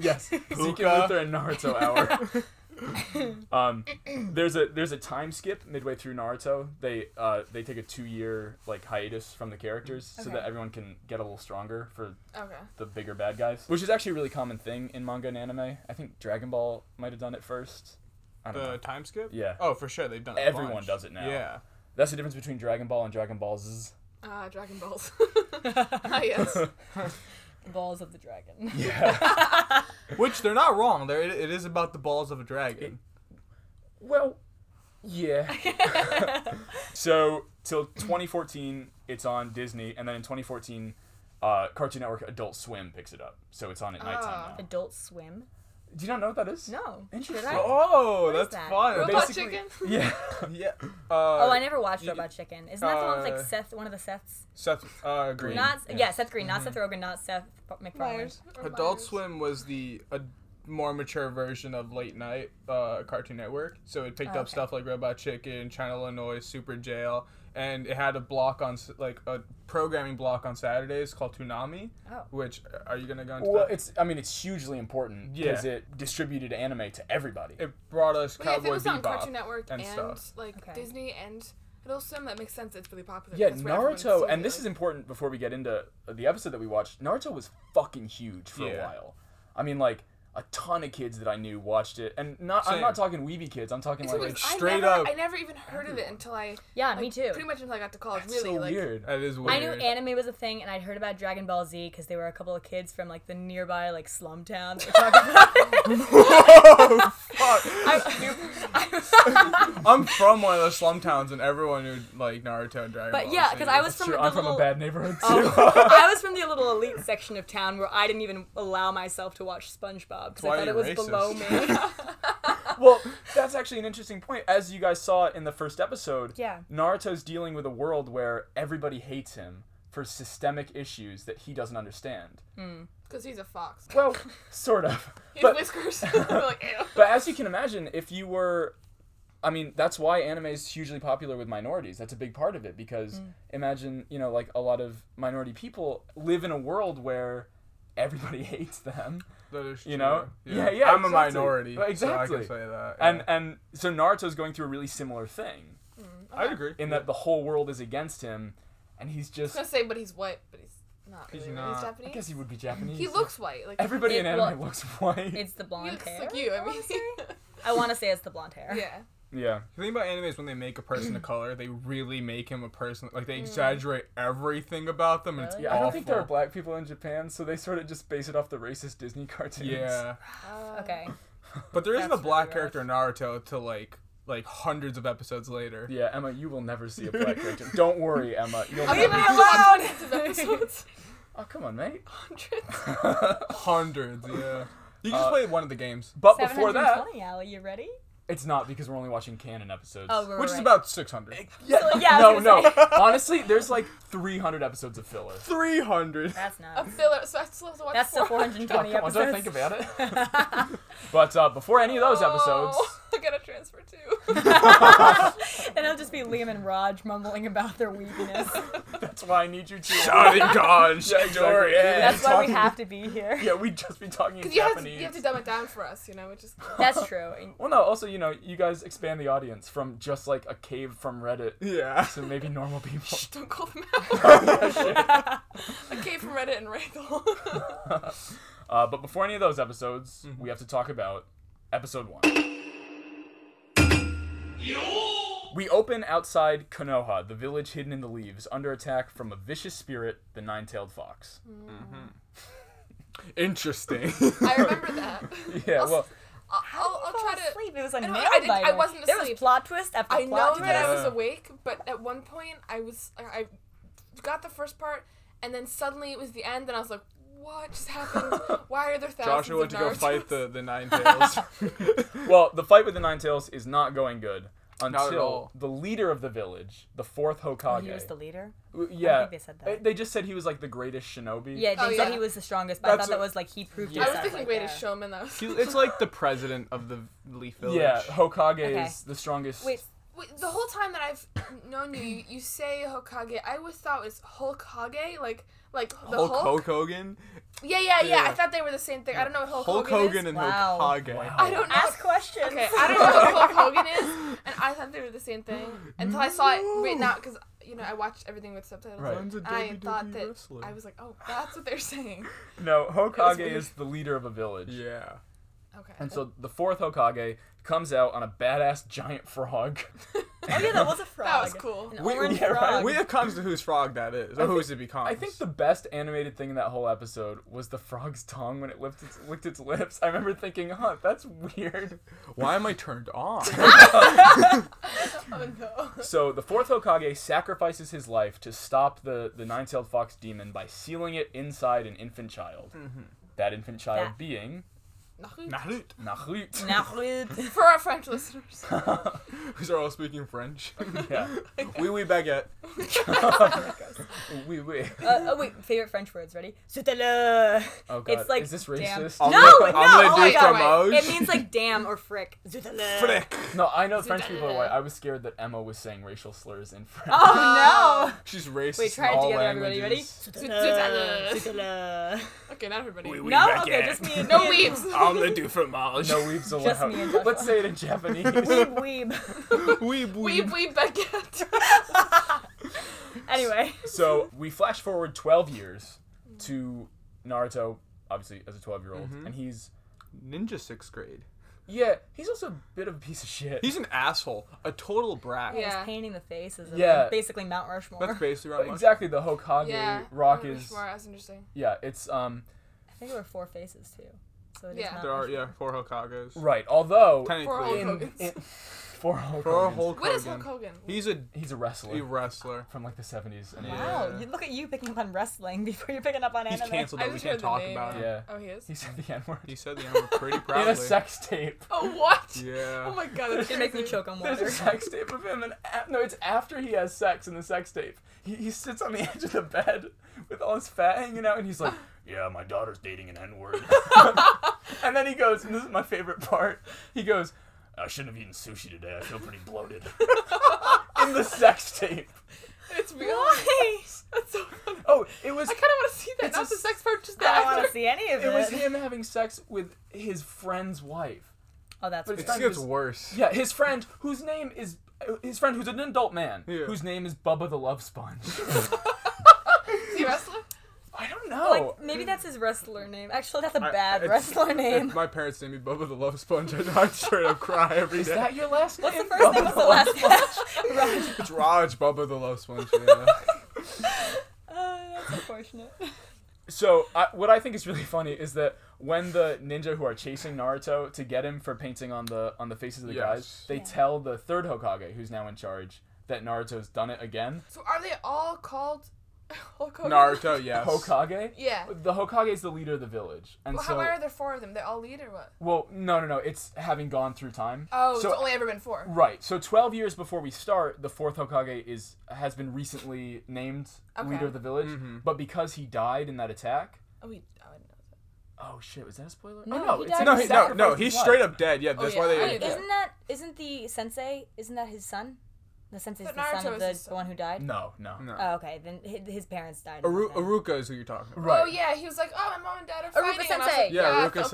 Speaker 1: Yes, Zeke and
Speaker 4: Puka.
Speaker 1: Luther and Naruto hour. um, there's a there's a time skip midway through Naruto. They uh, they take a two year like hiatus from the characters so that
Speaker 3: Okay.
Speaker 1: everyone can get a little stronger for
Speaker 5: Okay.
Speaker 1: the bigger bad guys, which is actually a really common thing in manga and anime. I think Dragon Ball might have done it first. I don't
Speaker 4: The
Speaker 1: know.
Speaker 4: time skip?
Speaker 1: Yeah.
Speaker 4: Oh, for sure. They've done it. a
Speaker 1: Everyone
Speaker 4: bunch.
Speaker 1: does it now.
Speaker 4: Yeah.
Speaker 1: That's the difference between Dragon Ball and Dragon Ball Z.
Speaker 5: Ah, Dragon Balls. ah, yes.
Speaker 3: Balls of the Dragon.
Speaker 1: Yeah.
Speaker 4: Which they're not wrong. They're, it, it is about the balls of a dragon.
Speaker 1: well, yeah. So till 2014, it's on Disney, and then in 2014, uh, Cartoon Network Adult Swim picks it up. So it's on at nighttime
Speaker 5: Ah.
Speaker 1: now.
Speaker 3: Adult Swim.
Speaker 1: Do you not know what that is?
Speaker 3: No.
Speaker 1: Interesting.
Speaker 3: Should I?
Speaker 4: Oh,
Speaker 3: What is
Speaker 4: that's
Speaker 3: that?
Speaker 4: fun.
Speaker 5: Robot
Speaker 1: basically-
Speaker 5: Chicken?
Speaker 1: Yeah.
Speaker 4: Yeah. Uh,
Speaker 3: Oh, I never watched
Speaker 4: you-
Speaker 3: Robot Chicken. Isn't that the one with
Speaker 4: uh,
Speaker 3: like Seth, one of the Seths?
Speaker 4: Seth uh, Green. Mm-hmm.
Speaker 3: Not yeah, Seth Green, not Seth Rogen, not Seth MacFarlane.
Speaker 5: Myers. Or
Speaker 4: Adult
Speaker 5: Myers.
Speaker 4: Swim was the uh, more mature version of late night uh, Cartoon Network, so it picked
Speaker 3: Oh,
Speaker 4: up
Speaker 3: okay.
Speaker 4: stuff like Robot Chicken, China Illinois, Super Jail, and it had a block on s- like a programming block on Saturdays called Toonami.
Speaker 3: Oh.
Speaker 4: Which uh, are you gonna go into?
Speaker 1: Well,
Speaker 4: that?
Speaker 1: it's. I mean, it's hugely important
Speaker 4: Yeah.
Speaker 1: because it distributed anime to everybody.
Speaker 4: It brought us
Speaker 5: But yeah, if it
Speaker 4: Cowboy
Speaker 5: was on Cartoon
Speaker 4: Bebop.
Speaker 5: Network
Speaker 4: and
Speaker 5: and,
Speaker 4: stuff.
Speaker 5: like
Speaker 3: Okay.
Speaker 5: Disney and Adult Swim, that makes sense. It's really popular.
Speaker 1: yeah,
Speaker 5: That's where everyone's seeing
Speaker 1: Naruto, and
Speaker 5: it.
Speaker 1: this is important before we get into the episode that we watched. Naruto was fucking huge for a
Speaker 4: Yeah.
Speaker 1: while. I mean, like a ton of kids that I knew watched it, and not. I'm
Speaker 4: Same.
Speaker 1: not talking weeby kids. I'm talking
Speaker 5: It's
Speaker 1: like.
Speaker 5: weird.
Speaker 4: like,
Speaker 5: I
Speaker 4: straight
Speaker 5: never-
Speaker 4: up-
Speaker 5: I never even heard of it until I.
Speaker 3: Yeah,
Speaker 5: like,
Speaker 3: me too.
Speaker 5: Pretty much until I got to college.
Speaker 1: That's
Speaker 5: really,
Speaker 1: so
Speaker 5: like,
Speaker 1: weird.
Speaker 4: That is weird.
Speaker 3: I knew anime was a thing, and I'd heard about Dragon Ball Z because they were a couple of kids from like the nearby like slum town. That were talking about it.
Speaker 4: Whoa, fuck.
Speaker 3: I-
Speaker 4: I'm from one of those slum towns, and everyone knew like Naruto and Dragon Ball.
Speaker 3: but yeah,
Speaker 4: so
Speaker 3: because I
Speaker 4: you-
Speaker 3: was from
Speaker 1: Sure,
Speaker 3: the
Speaker 1: I'm from
Speaker 3: little,
Speaker 1: a bad neighborhood too.
Speaker 3: I was from the little elite section of town where I didn't even allow myself to watch SpongeBob because
Speaker 4: why
Speaker 3: I thought
Speaker 4: you're
Speaker 3: it was
Speaker 4: racist.
Speaker 3: below me.
Speaker 1: well, that's actually an interesting point. As you guys saw in the first episode,
Speaker 3: Yeah.
Speaker 1: Naruto's dealing with a world where everybody hates him for systemic issues that he doesn't understand.
Speaker 5: Because he's a fox.
Speaker 1: Well, sort of.
Speaker 5: His
Speaker 1: But,
Speaker 5: whiskers. They're like, ew.
Speaker 1: but as you can imagine, if you were. I mean, that's why anime is hugely popular with minorities. That's a big part of it because imagine, you know, like a lot of minority people live in a world where everybody hates them.
Speaker 4: That is
Speaker 1: you know?
Speaker 4: true.
Speaker 1: Yeah, yeah,
Speaker 4: I'm a
Speaker 1: exactly.
Speaker 4: minority. So I
Speaker 1: Exactly.
Speaker 4: can say that.
Speaker 1: And
Speaker 4: yeah.
Speaker 1: and so Naruto's going through a really similar thing.
Speaker 4: I'd agree.
Speaker 1: in that the whole world is against him, and he's just.
Speaker 5: I was gonna say, but he's white, but he's not.
Speaker 4: He's
Speaker 5: Really, right?
Speaker 4: not.
Speaker 5: He's
Speaker 4: I
Speaker 1: I
Speaker 5: Japanese.
Speaker 1: guess he would be Japanese.
Speaker 5: he looks white. Like
Speaker 1: Everybody in
Speaker 3: It-
Speaker 1: anime
Speaker 3: well,
Speaker 1: looks white.
Speaker 3: It's the
Speaker 5: He
Speaker 3: blonde
Speaker 5: looks
Speaker 3: hair.
Speaker 5: like you. I mean,
Speaker 3: I want to say it's the blonde hair.
Speaker 5: yeah.
Speaker 1: yeah.
Speaker 4: The thing about anime is when they make a person of color, they really make him a person. Like
Speaker 5: Mm.
Speaker 4: they exaggerate everything about them, and it's
Speaker 3: Really?
Speaker 1: Yeah, I
Speaker 4: awful.
Speaker 1: don't think there are black people in Japan, so they sort of just base it off the racist Disney cartoons.
Speaker 4: Yeah,
Speaker 5: Uh,
Speaker 3: Okay.
Speaker 4: but there isn't a
Speaker 3: That's
Speaker 4: black
Speaker 3: really
Speaker 4: character in Naruto till like like hundreds of episodes later.
Speaker 1: Yeah, Emma, you will never see a black character. Don't worry, Emma. You'll
Speaker 5: I'll give
Speaker 1: never.
Speaker 5: him hundreds of episodes.
Speaker 1: Oh, come on, mate.
Speaker 5: hundreds.
Speaker 4: Hundreds. Yeah. You can just
Speaker 1: Uh,
Speaker 4: play one of the games,
Speaker 1: But before that,
Speaker 3: 720, Allie, you ready?
Speaker 1: it's not because we're only watching canon episodes.
Speaker 3: Oh, we're
Speaker 4: which is
Speaker 3: right.
Speaker 4: about six hundred.
Speaker 1: yeah,
Speaker 3: So, yeah, I
Speaker 1: no,
Speaker 3: was gonna
Speaker 1: no.
Speaker 3: say.
Speaker 1: Honestly, there's like 300 episodes of filler.
Speaker 4: Three hundred.
Speaker 3: That's
Speaker 5: A
Speaker 3: not.
Speaker 5: filler. So I still have to watch
Speaker 3: That's the
Speaker 5: four.
Speaker 3: 420
Speaker 1: Oh, Come on,
Speaker 3: episodes.
Speaker 1: don't think about it. but uh, before any of those episodes,
Speaker 5: Oh, I gotta transfer too.
Speaker 3: it and it'll just be Liam and Raj mumbling about their weakness.
Speaker 1: That's why I need you to. uh,
Speaker 4: Johnny Gone,
Speaker 1: exactly.
Speaker 4: yeah.
Speaker 3: That's why we
Speaker 1: talking-
Speaker 3: have to be here.
Speaker 1: Yeah, we'd just be talking in
Speaker 5: You have, to,
Speaker 1: Japanese.
Speaker 5: you have to dumb it down for us, you know, which is
Speaker 3: That's true.
Speaker 1: Well, no. Also, you know, you guys expand the audience from just like a cave from Reddit
Speaker 4: Yeah.
Speaker 1: to maybe normal people.
Speaker 5: don't call them out.
Speaker 4: Oh,
Speaker 5: I came from Reddit and Wrangle.
Speaker 1: Uh, but before any of those episodes,
Speaker 4: Mm-hmm.
Speaker 1: we have to talk about episode one. We open outside Konoha, the village hidden in the leaves, under attack from a vicious spirit, the nine-tailed fox.
Speaker 4: Mm-hmm. Interesting.
Speaker 5: I remember that.
Speaker 1: Yeah, well,
Speaker 5: I'll, I'll try to.
Speaker 3: Sleep. It was
Speaker 5: don't know,
Speaker 3: unnailed
Speaker 5: I didn't-
Speaker 3: by
Speaker 5: I wasn't
Speaker 3: There was
Speaker 5: asleep.
Speaker 3: plot twist after
Speaker 5: I know
Speaker 3: plot twist.
Speaker 5: that I was
Speaker 4: Yeah.
Speaker 5: awake, but at one point I was I I got the first part, and then suddenly it was the end, and I was like, "What just happened? Why are there thousands
Speaker 4: Joshua went
Speaker 5: of
Speaker 4: to go
Speaker 5: Naruto's?"
Speaker 4: fight the, the nine tails.
Speaker 1: well, the fight with the nine tails is not going good
Speaker 4: at
Speaker 1: until
Speaker 4: all.
Speaker 1: the leader of the village, the fourth Hokage.
Speaker 3: He was the leader.
Speaker 1: W- yeah,
Speaker 3: think they said that.
Speaker 1: Uh, They just said he was like the greatest shinobi.
Speaker 3: Yeah, they
Speaker 5: Oh,
Speaker 3: said
Speaker 5: yeah.
Speaker 3: he was the strongest, but I
Speaker 4: That's
Speaker 3: thought that
Speaker 4: what-
Speaker 3: was like he proved
Speaker 4: Yeah.
Speaker 5: I
Speaker 3: himself.
Speaker 5: was thinking
Speaker 3: right
Speaker 5: Greatest
Speaker 3: there.
Speaker 5: Showman. That was
Speaker 4: He's- it's like the president of the Leaf Village.
Speaker 1: Yeah, Hokage is
Speaker 3: Okay.
Speaker 1: the strongest.
Speaker 3: Wait,
Speaker 5: Wait, the whole time that I've known you, you, you say Hokage. I always thought it was Hulk Hage, like like the
Speaker 4: Hulk,
Speaker 5: Hulk.
Speaker 4: Hulk Hogan.
Speaker 5: Yeah, yeah, yeah, I
Speaker 4: Yeah.
Speaker 5: thought they were the same thing. I don't know what Hulk,
Speaker 4: Hulk
Speaker 5: Hogan,
Speaker 4: Hogan,
Speaker 5: is.
Speaker 4: and
Speaker 3: Wow.
Speaker 4: Hokage.
Speaker 5: I don't know.
Speaker 3: Ask questions. Oh,
Speaker 5: Okay, I don't know what Hulk Hogan is, and I thought they were the same thing until I saw it written out because you know I watched everything with subtitles.
Speaker 1: Right.
Speaker 4: Son's a
Speaker 5: And I
Speaker 4: WWE
Speaker 5: thought that
Speaker 4: wrestler.
Speaker 5: I was like, oh, that's what they're saying.
Speaker 1: No,
Speaker 5: was
Speaker 1: Hokage
Speaker 5: weird.
Speaker 1: is the leader of a village.
Speaker 4: Yeah.
Speaker 5: Okay.
Speaker 1: And so the fourth Hokage comes out on a badass giant frog.
Speaker 3: Oh yeah, that was a frog.
Speaker 5: that was cool.
Speaker 3: An
Speaker 4: We,
Speaker 3: orange
Speaker 1: yeah, right.
Speaker 3: frog.
Speaker 4: we have comes to whose frog that is, or whose it becomes.
Speaker 1: I think the best animated thing in that whole episode was the frog's tongue when it licked its, licked its lips. I remember thinking, huh, that's weird.
Speaker 4: Why am I turned on?
Speaker 5: Oh no.
Speaker 1: So the fourth Hokage sacrifices his life to stop the, the nine tailed fox demon by sealing it inside an infant child. That infant child
Speaker 3: That-
Speaker 1: being
Speaker 4: Naruto.
Speaker 1: Nahut.
Speaker 3: Nahrud.
Speaker 5: For our French listeners,
Speaker 4: These are all speaking French.
Speaker 1: yeah.
Speaker 4: Wee wee baguette.
Speaker 3: Oh
Speaker 1: Oui, oui.
Speaker 3: uh, oh wait, favorite French words. Ready? Zutele.
Speaker 1: Oh, God.
Speaker 3: It's like
Speaker 1: Is this
Speaker 3: damn-
Speaker 1: racist?
Speaker 3: No,
Speaker 4: Omelette-
Speaker 3: no.
Speaker 4: omelette
Speaker 3: oh
Speaker 4: du
Speaker 3: my God.
Speaker 4: fromage.
Speaker 3: It means like damn or frick. Zutele.
Speaker 4: Frick.
Speaker 1: No, I know French people are white. I was scared that Emma was saying racial slurs in French.
Speaker 3: Oh
Speaker 4: She's racist.
Speaker 3: Wait, try
Speaker 4: in
Speaker 3: it
Speaker 4: all
Speaker 3: together, everybody. Ready?
Speaker 4: languages.
Speaker 5: Zut- zutele.
Speaker 3: Zutele. Zutele.
Speaker 5: okay, not everybody.
Speaker 4: Oui, oui,
Speaker 3: No,
Speaker 4: baguette.
Speaker 3: okay, just me. and-
Speaker 5: No
Speaker 3: me and-
Speaker 5: weebs.
Speaker 4: Omelette du fromage.
Speaker 1: No weebs allowed.
Speaker 3: Just me and Joshua.
Speaker 1: Let's say it in Japanese.
Speaker 3: Weeb weeb.
Speaker 4: Wee wee.
Speaker 5: Weeb weeb baguette.
Speaker 3: anyway.
Speaker 1: so we flash forward 12 years to Naruto, obviously as a 12 year old,
Speaker 4: Mm-hmm.
Speaker 1: and he's
Speaker 4: Ninja sixth grade.
Speaker 1: yeah, he's also a bit of a piece of shit.
Speaker 4: He's an asshole. A total brat.
Speaker 5: Yeah.
Speaker 3: He's painting the faces. Of
Speaker 1: Yeah.
Speaker 3: like, basically Mount Rushmore.
Speaker 4: That's basically right. Exactly.
Speaker 1: Uh, exactly the Hokage
Speaker 5: yeah.
Speaker 1: rock
Speaker 5: Mount
Speaker 1: is
Speaker 5: Rushmore, That's interesting.
Speaker 1: yeah, it's um
Speaker 3: I think there were four faces too. So it is
Speaker 5: Yeah.
Speaker 3: Mount
Speaker 4: There are
Speaker 3: Rushmore.
Speaker 4: yeah four Hokages.
Speaker 1: right. Although
Speaker 5: For
Speaker 4: Technically,
Speaker 5: Hulk
Speaker 1: in-
Speaker 5: Hogan.
Speaker 1: in- for Hulk,
Speaker 4: for
Speaker 1: Hogan's-
Speaker 4: Hulk
Speaker 5: What is
Speaker 4: Hogan.
Speaker 5: Hulk Hogan?
Speaker 4: He's a
Speaker 1: he's a
Speaker 4: a
Speaker 1: wrestler
Speaker 4: wrestler.
Speaker 1: from like the 70s and
Speaker 4: Yeah.
Speaker 3: Wow, you, look at you picking up on wrestling before you're picking up on
Speaker 4: He's
Speaker 3: anime.
Speaker 4: canceled.
Speaker 5: I
Speaker 4: Though. We
Speaker 5: just
Speaker 4: can't
Speaker 5: heard the
Speaker 4: talk
Speaker 5: name.
Speaker 4: about him.
Speaker 1: yeah.
Speaker 5: Oh, he is.
Speaker 1: He said the N
Speaker 4: He
Speaker 1: word
Speaker 4: said the N word pretty
Speaker 1: in a
Speaker 4: proudly.
Speaker 1: sex tape.
Speaker 5: Oh what?
Speaker 4: Yeah.
Speaker 5: Oh my god, that's
Speaker 3: It's gonna make me
Speaker 5: crazy.
Speaker 3: choke on
Speaker 1: There's a
Speaker 3: water.
Speaker 1: sex tape of him, and a- no, it's after he has sex in the sex tape. He, he sits on the edge of the bed with all his fat hanging out, and he's like, "Yeah, my daughter's dating an N-word." and then he goes, and this is my favorite part. He goes, "I shouldn't have eaten sushi today. I feel pretty bloated." in the sex tape.
Speaker 5: It's real.
Speaker 3: Why?
Speaker 5: That's so funny.
Speaker 1: Oh, it was.
Speaker 5: I kind of want to see that.
Speaker 1: It's a
Speaker 5: Not the sex part, just the
Speaker 3: I don't want
Speaker 5: actor.
Speaker 3: to see any of
Speaker 1: It was
Speaker 3: it.
Speaker 1: him having sex with his friend's wife.
Speaker 3: oh, that's
Speaker 1: But
Speaker 4: It
Speaker 1: it's
Speaker 3: weird.
Speaker 1: not-
Speaker 4: just gets worse.
Speaker 1: Yeah, his friend, whose name is his friend, who's an adult man,
Speaker 4: Yeah.
Speaker 1: whose name is Bubba the Love Sponge.
Speaker 5: Is he a wrestler?
Speaker 1: I don't
Speaker 3: Like
Speaker 1: know.
Speaker 3: maybe that's his wrestler name. Actually, that's a
Speaker 4: I-
Speaker 3: bad
Speaker 4: it's-
Speaker 3: wrestler name.
Speaker 4: If my parents named me Bubba the Love Sponge, I'd, I'd straight up cry every
Speaker 1: Is
Speaker 4: day.
Speaker 1: that your last
Speaker 3: What's the
Speaker 1: name?
Speaker 3: first name?
Speaker 1: Bubba
Speaker 3: What's the last name? Raj.
Speaker 4: It's Raj Bubba the Love Sponge. Yeah.
Speaker 3: Uh, that's unfortunate.
Speaker 1: So I, what I think is really funny is that when the ninja who are chasing Naruto to get him for painting on the on the faces of the
Speaker 4: Yes.
Speaker 1: guys, they
Speaker 3: Yeah.
Speaker 1: tell the third Hokage who's now in charge that Naruto's done it again.
Speaker 5: So are they all called Hulk Hogan?
Speaker 4: Naruto, yes.
Speaker 1: Hokage.
Speaker 5: Yeah.
Speaker 1: The Hokage is the leader of the village, and
Speaker 5: Well,
Speaker 1: so
Speaker 5: how why are there four of them? They all lead or what?
Speaker 1: well, no, no, no. It's having gone through time.
Speaker 5: Oh,
Speaker 1: so
Speaker 5: it's only ever been four.
Speaker 1: right. So twelve years before we start, the fourth Hokage is has been recently named
Speaker 5: Okay.
Speaker 1: leader of the village, but because he died in that attack.
Speaker 5: Oh, we, oh, I didn't know that.
Speaker 1: Oh shit! Was that a spoiler?
Speaker 3: No,
Speaker 1: oh, no,
Speaker 3: he
Speaker 1: it's
Speaker 3: died
Speaker 1: in
Speaker 4: No,
Speaker 1: the
Speaker 4: he, no, no,
Speaker 1: sacrifice
Speaker 4: he's
Speaker 1: blood.
Speaker 4: straight up dead. Yeah, that's
Speaker 5: yeah,
Speaker 4: why
Speaker 5: I
Speaker 4: they.
Speaker 5: didn't-
Speaker 4: yeah.
Speaker 3: Isn't that isn't the sensei? Isn't that his son? the sensei's
Speaker 5: But
Speaker 3: the son
Speaker 5: Naruto
Speaker 3: of
Speaker 5: is
Speaker 3: the,
Speaker 5: his
Speaker 3: the one who died?
Speaker 1: No, no.
Speaker 4: No.
Speaker 3: Oh, okay. Then his, his parents died. at
Speaker 4: Aru-
Speaker 3: the time.
Speaker 4: Aruka is who you're talking about.
Speaker 1: Right.
Speaker 5: Oh yeah, he was like, oh, my mom and dad are
Speaker 3: Aruka
Speaker 5: fighting. And I was like,
Speaker 3: sensei.
Speaker 4: Yeah,
Speaker 5: I
Speaker 4: Aruka
Speaker 5: felt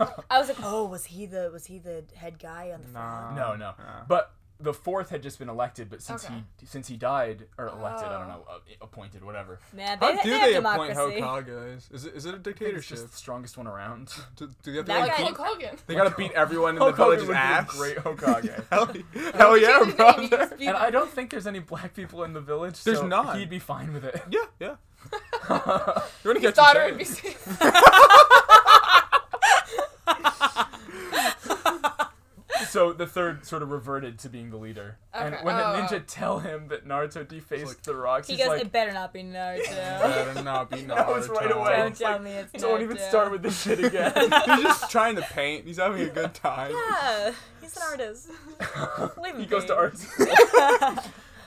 Speaker 5: that.
Speaker 4: Sensei.
Speaker 3: I was like, oh, was he the was he the head guy on the farm?
Speaker 4: Nah.
Speaker 1: No, no.
Speaker 4: Uh.
Speaker 1: But the fourth had just been elected, but since
Speaker 5: Okay.
Speaker 1: he since he died or elected, I don't know, uh, appointed, whatever.
Speaker 3: Man,
Speaker 4: How
Speaker 3: they,
Speaker 4: do
Speaker 3: they
Speaker 4: they
Speaker 3: have
Speaker 4: appoint
Speaker 3: democracy.
Speaker 4: Hokage? Is, is it, is it a
Speaker 1: It's
Speaker 4: dictatorship?
Speaker 1: just the strongest one around.
Speaker 4: Do, do they have to,
Speaker 3: That
Speaker 4: like,
Speaker 5: Like
Speaker 3: guy-
Speaker 4: beat,
Speaker 5: Hulk Hogan.
Speaker 4: they gotta beat everyone in the
Speaker 1: Hulk Hogan
Speaker 4: village's
Speaker 1: would be a
Speaker 4: ass?
Speaker 1: great Hokage.
Speaker 4: hell, hell yeah,
Speaker 5: Change the name, you
Speaker 4: brother.
Speaker 5: just be
Speaker 1: and
Speaker 5: like-
Speaker 1: I don't think there's any black people in the village.
Speaker 4: There's
Speaker 1: so
Speaker 4: none.
Speaker 1: He'd be fine with it.
Speaker 4: Yeah, yeah. You're gonna
Speaker 5: His
Speaker 4: get
Speaker 5: daughter would
Speaker 4: your
Speaker 5: be
Speaker 4: say.
Speaker 5: safe.
Speaker 1: So the third sort of reverted to being the leader. And
Speaker 5: Okay.
Speaker 1: when
Speaker 5: Oh,
Speaker 1: the
Speaker 5: oh.
Speaker 1: ninja tell him that Naruto defaced the rocks,
Speaker 3: He
Speaker 1: he's
Speaker 3: goes,
Speaker 1: like,
Speaker 3: it better not be Naruto.
Speaker 4: Better not be
Speaker 1: knows right
Speaker 4: Naruto.
Speaker 1: away.
Speaker 3: Don't
Speaker 1: It's
Speaker 3: tell
Speaker 1: like,
Speaker 3: me it's Naruto.
Speaker 1: don't even start with this shit again.
Speaker 4: He's just trying to paint. He's having a good time.
Speaker 3: Yeah, he's an artist. Leave him
Speaker 1: he goes to
Speaker 3: be.
Speaker 1: art school.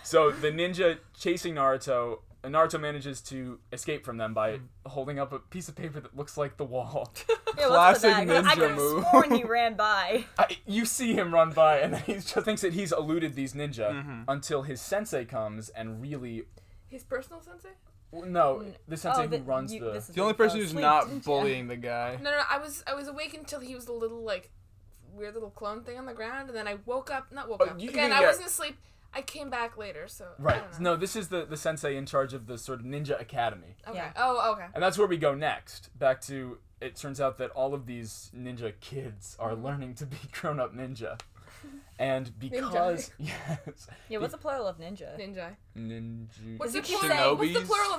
Speaker 1: so the ninja chasing Naruto, and Naruto manages to escape from them by
Speaker 3: Mm.
Speaker 1: holding up a piece of paper that looks like the wall.
Speaker 3: Yeah, what's with
Speaker 4: Classic
Speaker 3: that? I
Speaker 4: ninja
Speaker 3: could have
Speaker 4: move.
Speaker 3: sworn he ran by.
Speaker 1: I, you see him run by, and he just thinks that he's eluded these ninja
Speaker 3: Mm-hmm.
Speaker 1: until his sensei comes and really.
Speaker 5: His personal sensei?
Speaker 1: No, the sensei
Speaker 3: Oh, the-
Speaker 1: who runs
Speaker 3: you-
Speaker 1: the.
Speaker 3: this is oh,
Speaker 4: The
Speaker 3: where
Speaker 4: only
Speaker 3: you fell
Speaker 4: person who's
Speaker 3: asleep,
Speaker 4: not
Speaker 3: didn't
Speaker 4: bullying the guy.
Speaker 5: No, no, no. I was I was awake until he was a little like weird little clone thing on the ground, and then I woke up. Not woke
Speaker 4: Oh,
Speaker 5: up.
Speaker 4: you
Speaker 5: Again,
Speaker 4: didn't
Speaker 5: I
Speaker 4: get-
Speaker 5: wasn't asleep. I came back later, so I
Speaker 1: Right.
Speaker 3: Oh.
Speaker 5: don't know.
Speaker 1: No, this is the, the sensei in charge of the sort of ninja academy.
Speaker 5: Okay.
Speaker 3: Yeah.
Speaker 5: Oh, okay.
Speaker 1: And that's where we go next. Back to it turns out that all of these ninja kids are
Speaker 3: Mm-hmm.
Speaker 1: learning to be grown up ninja. And because yes,
Speaker 3: Yeah, what's the plural of ninja?
Speaker 5: Ninja.
Speaker 1: ninja
Speaker 5: What's the
Speaker 3: Is it
Speaker 5: plural? What's the
Speaker 4: shinobis?
Speaker 5: plural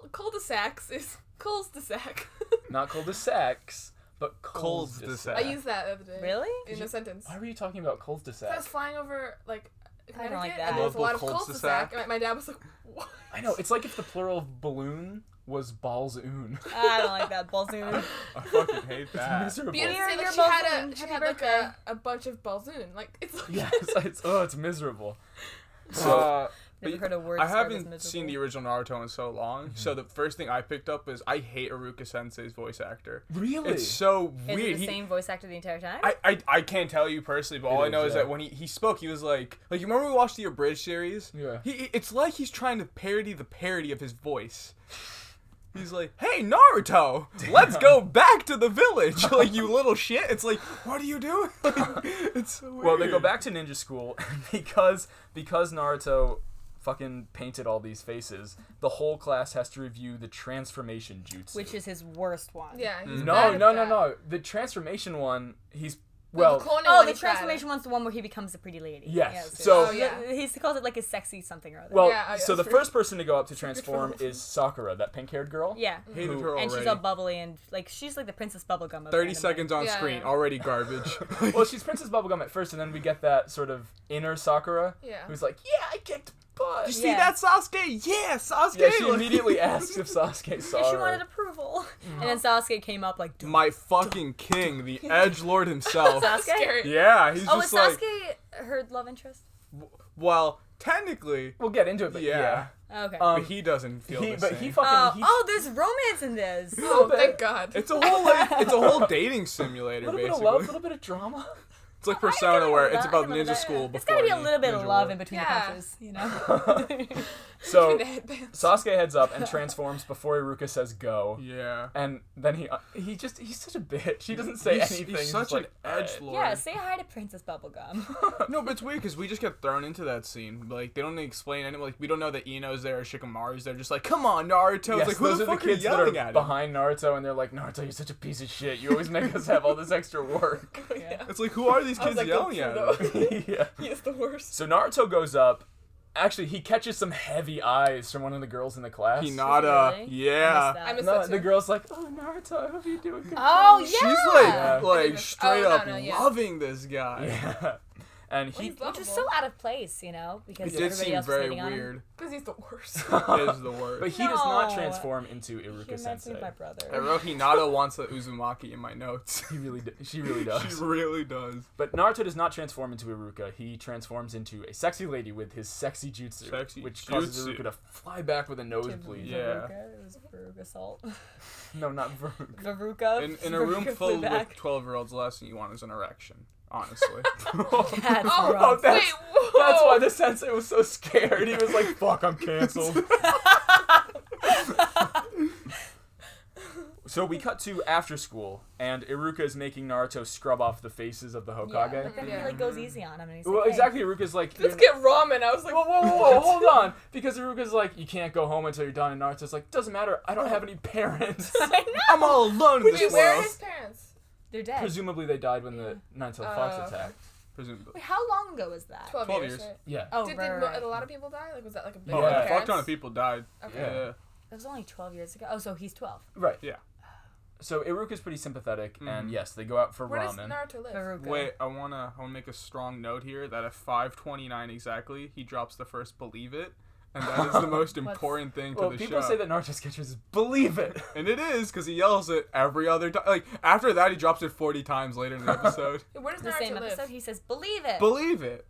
Speaker 5: of cul de sacs? Is culs de sac?
Speaker 1: not cul-de-sacs, but coles de
Speaker 4: Cul-de-sac.
Speaker 5: I
Speaker 1: sac.
Speaker 5: used that the other day.
Speaker 3: Really?
Speaker 5: In a sentence.
Speaker 1: Why were you talking about coles de
Speaker 5: I
Speaker 1: sac?
Speaker 5: was flying over like
Speaker 3: I
Speaker 5: Connecticut,
Speaker 3: don't like
Speaker 5: and
Speaker 3: that.
Speaker 5: there was a lot of
Speaker 4: Multiple
Speaker 5: culs de sac. And my dad was like, "What?"
Speaker 1: I know, it's like if the plural of balloon was balls oon.
Speaker 3: I don't like that. Balzoon.
Speaker 4: I fucking hate
Speaker 3: Uh,
Speaker 4: that.
Speaker 1: Miserable.
Speaker 5: Beauty
Speaker 3: Here,
Speaker 5: said
Speaker 3: you're
Speaker 5: like, she had
Speaker 3: Balzoon.
Speaker 5: a she
Speaker 3: Happy
Speaker 5: had like
Speaker 3: birthday.
Speaker 5: a, a bunch of balzoon. Like it's like
Speaker 1: Yes, it's oh it's miserable.
Speaker 4: Uh, but
Speaker 3: Never heard a word.
Speaker 4: I
Speaker 3: described as
Speaker 4: haven't seen the
Speaker 3: miserable.
Speaker 4: original Naruto in so long, so the first thing I picked up is I hate Aruka Sensei's voice actor.
Speaker 1: Really?
Speaker 4: It's so
Speaker 3: Is
Speaker 4: weird.
Speaker 3: it the
Speaker 4: He-
Speaker 3: same voice actor the entire time?
Speaker 4: I, I, I can't tell you personally, but all
Speaker 1: It
Speaker 4: I know
Speaker 1: is,
Speaker 4: is
Speaker 1: yeah.
Speaker 4: that when he, he spoke, he was like, like you remember we watched the Abridged series?
Speaker 1: Yeah.
Speaker 4: He he- it's like he's trying to parody the parody of his voice. He's like, hey Naruto, let's go back to the village, like you little shit. It's like, what are you doing? it's so weird.
Speaker 1: Well, they go back to ninja school and because because Naruto fucking painted all these faces. The whole class has to review the transformation jutsu.
Speaker 3: Which is his worst one.
Speaker 5: yeah. He's
Speaker 1: no,
Speaker 5: mad at
Speaker 1: no, no,
Speaker 5: that.
Speaker 1: no. The transformation one, he's well,
Speaker 5: the cloning
Speaker 3: Oh,
Speaker 5: one
Speaker 3: the
Speaker 5: is bad.
Speaker 3: transformation one's the one where he becomes a pretty lady.
Speaker 1: Yes.
Speaker 3: Yeah, it's
Speaker 1: So-
Speaker 3: good.
Speaker 5: Oh, yeah.
Speaker 3: he calls it like a sexy something or other.
Speaker 1: well.
Speaker 5: Yeah, I-
Speaker 1: so the
Speaker 5: that's true.
Speaker 1: first person to go up to transform is Sakura, that pink-haired girl.
Speaker 3: yeah.
Speaker 4: Hated her
Speaker 3: And
Speaker 4: already.
Speaker 3: she's all bubbly and like she's like the princess bubblegum. Of
Speaker 4: Thirty
Speaker 3: anime.
Speaker 4: seconds on
Speaker 5: Yeah.
Speaker 4: screen, already garbage.
Speaker 1: Well, she's Princess Bubblegum at first, and then we get that sort of inner Sakura,
Speaker 5: Yeah.
Speaker 1: who's like, "Yeah, I kicked butt."
Speaker 4: See
Speaker 3: Yeah.
Speaker 4: that Sasuke? Yeah, Sasuke.
Speaker 1: yeah, she
Speaker 4: like-
Speaker 1: immediately asks if Sasuke saw
Speaker 3: Yeah, she
Speaker 1: her.
Speaker 3: wanted approval,
Speaker 4: Mm-hmm.
Speaker 3: and then Sasuke came up like. "Dude,
Speaker 4: My fucking king, the Edge Lord himself.
Speaker 3: Sasuke.
Speaker 5: Scary.
Speaker 4: Yeah, he's
Speaker 3: Oh,
Speaker 4: just
Speaker 3: is
Speaker 4: like,
Speaker 3: Sasuke her love interest?
Speaker 4: well, technically,
Speaker 1: We'll get into it, but yeah.
Speaker 4: yeah,
Speaker 3: Oh, Okay.
Speaker 1: Um,
Speaker 4: but he doesn't feel
Speaker 1: He,
Speaker 4: the
Speaker 1: but
Speaker 4: same.
Speaker 1: he fucking.
Speaker 3: Oh,
Speaker 1: he,
Speaker 3: oh, there's romance in this.
Speaker 5: Oh,
Speaker 1: bit.
Speaker 5: thank God.
Speaker 4: It's a whole like, it's a whole dating simulator
Speaker 1: A little bit
Speaker 4: basically.
Speaker 1: of love, a little bit of drama.
Speaker 4: It's like
Speaker 3: I can
Speaker 4: Persona
Speaker 3: remember
Speaker 4: where
Speaker 3: that.
Speaker 4: it's
Speaker 3: I
Speaker 4: about
Speaker 3: can remember
Speaker 4: ninja
Speaker 3: that.
Speaker 4: school.
Speaker 3: It's
Speaker 4: got
Speaker 3: gotta
Speaker 4: to
Speaker 3: be a little bit of love in between
Speaker 5: Yeah.
Speaker 3: the punches, you know.
Speaker 1: So
Speaker 5: The headband.
Speaker 1: Sasuke heads up and transforms before Iruka says go.
Speaker 4: Yeah.
Speaker 1: And then he uh, he just he's such a bitch. He doesn't say
Speaker 4: He's,
Speaker 1: anything.
Speaker 4: he's such
Speaker 1: like,
Speaker 4: an edge lord.
Speaker 3: yeah, say hi to Princess Bubblegum.
Speaker 4: No, but it's weird because we just get thrown into that scene. Like they don't explain any. Like we don't know that Ino's there or Shikamaru's there. Just like, come on, Naruto.
Speaker 1: Yes,
Speaker 4: it's like who
Speaker 1: those
Speaker 4: the
Speaker 1: are the
Speaker 4: fuck
Speaker 1: kids
Speaker 4: are
Speaker 1: that
Speaker 4: yelling
Speaker 1: are
Speaker 4: at him?
Speaker 1: behind Naruto, and they're like, Naruto, you're such a piece of shit. You always make us have all this extra work.
Speaker 5: yeah.
Speaker 4: It's like who are these kids
Speaker 5: like,
Speaker 4: yelling at?
Speaker 5: "Don't
Speaker 4: him?
Speaker 1: yeah.
Speaker 5: He is the worst.
Speaker 1: So Naruto goes up. Actually, he catches some heavy eyes from one of the girls in the class.
Speaker 4: Hinata.
Speaker 3: Really?
Speaker 4: Yeah.
Speaker 5: I miss
Speaker 1: No,
Speaker 5: that
Speaker 1: the
Speaker 5: too.
Speaker 1: girl's like, "Oh, Naruto, I hope you're doing good."
Speaker 3: Oh yeah.
Speaker 4: She's like
Speaker 1: Yeah.
Speaker 5: I
Speaker 4: like
Speaker 5: didn't-
Speaker 4: straight
Speaker 5: oh, no,
Speaker 4: up
Speaker 5: no, yeah.
Speaker 4: loving this guy.
Speaker 1: Yeah. And he
Speaker 5: He's lovable.
Speaker 3: which is so out of place, you know, because
Speaker 4: It did
Speaker 3: everybody
Speaker 4: seem
Speaker 3: else
Speaker 4: very
Speaker 3: was hating
Speaker 4: weird.
Speaker 5: Because he's the worst.
Speaker 4: It is the worst.
Speaker 1: But he does not
Speaker 3: No.
Speaker 1: transform into
Speaker 3: On him.
Speaker 1: Iruka
Speaker 3: He reminds me
Speaker 1: Sensei.
Speaker 3: of my brother.
Speaker 4: I wrote Hinata wants a Uzumaki in my notes.
Speaker 1: He really, d she really does.
Speaker 4: she really does.
Speaker 1: But Naruto does not transform into Iruka. He transforms into a sexy lady with his sexy jutsu,
Speaker 4: Sexy
Speaker 1: which causes
Speaker 4: jutsu.
Speaker 1: Iruka to fly back with a nosebleed.
Speaker 4: Yeah.
Speaker 3: Veruca. It was Veruca Salt.
Speaker 1: No, not Veruca.
Speaker 3: Veruca.
Speaker 4: In, in a room
Speaker 3: Veruca
Speaker 4: full
Speaker 3: flew
Speaker 4: with
Speaker 3: back.
Speaker 4: 12 year olds, the last thing you want is an erection. Honestly.
Speaker 3: That's
Speaker 5: oh,
Speaker 3: rough.
Speaker 5: wait, what?
Speaker 4: that's why the sensei was so scared. He was like, "Fuck, I'm canceled."
Speaker 1: So we cut to after school, and Iruka is making Naruto scrub off the faces of the
Speaker 3: Yeah,
Speaker 1: Hokage.
Speaker 3: but then he like goes easy on him and he's
Speaker 4: well,
Speaker 3: like, hey.
Speaker 4: exactly. Iruka's like,
Speaker 5: Let's
Speaker 4: "You're-
Speaker 5: get ramen. I was like,
Speaker 4: Whoa, whoa, whoa, whoa, hold on. Because Iruka's like, you can't go home until you're done. And Naruto's like, doesn't matter. I don't have any parents.
Speaker 3: I know.
Speaker 4: I'm all alone in
Speaker 5: wait,
Speaker 4: this
Speaker 5: where are
Speaker 4: world.
Speaker 5: his parents?
Speaker 3: They're dead.
Speaker 1: Presumably they died when the Nine-Tailed Fox
Speaker 5: Oh, okay.
Speaker 1: attacked.
Speaker 4: Presumably.
Speaker 3: Wait, how long ago was that?
Speaker 5: 12,
Speaker 4: 12
Speaker 5: years.
Speaker 4: years.
Speaker 5: right?
Speaker 1: Yeah.
Speaker 3: Oh,
Speaker 5: Did,
Speaker 3: right,
Speaker 5: did
Speaker 3: right,
Speaker 5: mo-
Speaker 3: right.
Speaker 5: a lot of people die? Like, was that like a big
Speaker 1: Oh,
Speaker 4: Yeah,
Speaker 5: one?
Speaker 1: yeah.
Speaker 4: a fuck ton of
Speaker 5: Parents?
Speaker 4: people died.
Speaker 5: Okay.
Speaker 1: Yeah.
Speaker 4: Yeah.
Speaker 3: That was only 12 years ago. Oh, so he's 12.
Speaker 1: Right.
Speaker 4: Yeah.
Speaker 1: So Iruka's pretty sympathetic, and
Speaker 4: Mhm.
Speaker 1: yes, they go out for
Speaker 5: Where does
Speaker 1: ramen.
Speaker 5: Naruto live?
Speaker 3: Veruca.
Speaker 4: Wait, I wanna I wanna make a strong note here that at five twenty nine exactly, he drops the first believe it. And that is the most important thing to
Speaker 1: well,
Speaker 4: the
Speaker 1: people
Speaker 4: show.
Speaker 1: say that Naruto sketches believe it.
Speaker 4: and it is because he yells it every other time. Like after that, he drops it forty times later in the episode.
Speaker 5: Where does
Speaker 3: The
Speaker 5: Naruto
Speaker 3: same
Speaker 5: live?
Speaker 3: episode, he says, believe it.
Speaker 4: Believe it.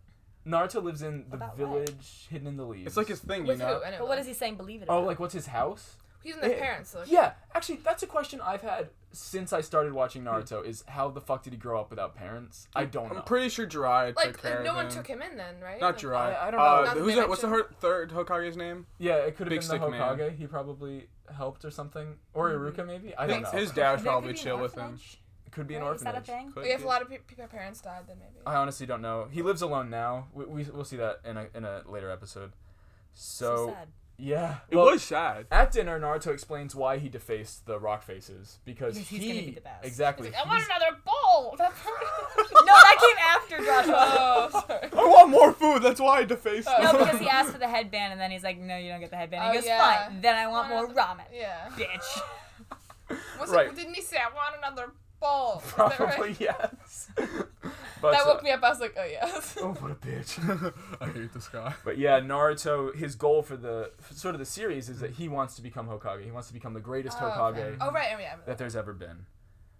Speaker 1: Naruto lives in the
Speaker 3: About what?
Speaker 1: village hidden in the leaves.
Speaker 4: It's like his thing, you
Speaker 5: With who?
Speaker 4: know.
Speaker 5: I know.
Speaker 3: but what is he saying, believe it?
Speaker 1: Oh,
Speaker 3: about?
Speaker 1: like what's his house?
Speaker 5: He's in their
Speaker 1: Eh,
Speaker 5: parents. So like,
Speaker 1: Yeah, actually, that's a question I've had since I started watching Naruto. Is how the fuck did he grow up without parents? I don't know.
Speaker 4: I'm pretty sure Jiraiya took
Speaker 5: like
Speaker 4: care
Speaker 5: no
Speaker 4: of
Speaker 5: one
Speaker 4: him.
Speaker 5: took him in then, right?
Speaker 4: Not
Speaker 5: Like,
Speaker 4: Jiraiya.
Speaker 1: I- I don't know.
Speaker 4: Uh,
Speaker 5: Not that
Speaker 4: who's
Speaker 5: they
Speaker 4: that? What's the her-
Speaker 5: mentioned.
Speaker 4: third Hokage's name?
Speaker 1: yeah, it could have
Speaker 4: Big
Speaker 1: been the
Speaker 4: stick man.
Speaker 1: Hokage. He probably helped or something, or
Speaker 3: Mm-hmm.
Speaker 1: Iruka maybe. I don't know.
Speaker 4: His, his dad
Speaker 3: There could
Speaker 4: probably
Speaker 3: be an
Speaker 4: chill with him.
Speaker 3: orphanage,
Speaker 1: It could be an
Speaker 3: Right? Is that a
Speaker 1: orphanage.
Speaker 3: thing?
Speaker 4: Could
Speaker 5: If
Speaker 4: be.
Speaker 5: a lot of pe- pe- parents died, then maybe.
Speaker 1: I honestly don't know. He lives alone now. We, we we'll see that in a in a later episode. So,
Speaker 3: So sad.
Speaker 1: yeah,
Speaker 4: It
Speaker 1: Well,
Speaker 4: was sad.
Speaker 1: At dinner, Naruto explains why he defaced the rock faces because
Speaker 3: Because
Speaker 1: he
Speaker 3: he's gonna be the best.
Speaker 1: exactly.
Speaker 5: I want another bowl. That part.
Speaker 3: No, that came after Joshua.
Speaker 5: oh, sorry.
Speaker 4: I want more food. That's why I defaced
Speaker 5: Oh.
Speaker 4: them.
Speaker 3: No, because he asked for the headband and then he's like, no, you don't get the headband. He
Speaker 5: Oh,
Speaker 3: goes,
Speaker 5: yeah.
Speaker 3: fine, then I want more
Speaker 5: Wanna-
Speaker 3: ramen.
Speaker 5: Yeah.
Speaker 3: Bitch.
Speaker 5: Was
Speaker 1: Right.
Speaker 5: it, didn't he say I want another bowl? Is that right?
Speaker 1: Probably yes. but
Speaker 5: That
Speaker 1: uh,
Speaker 5: woke me up. I was like, oh yes.
Speaker 1: oh, what a bitch.
Speaker 4: I hate this guy.
Speaker 1: But yeah, Naruto, his goal for the for sort of the series is that he wants to become Hokage. He wants to become the greatest
Speaker 5: Oh,
Speaker 1: Hokage
Speaker 5: okay. Oh right, oh, yeah.
Speaker 1: that there's ever been.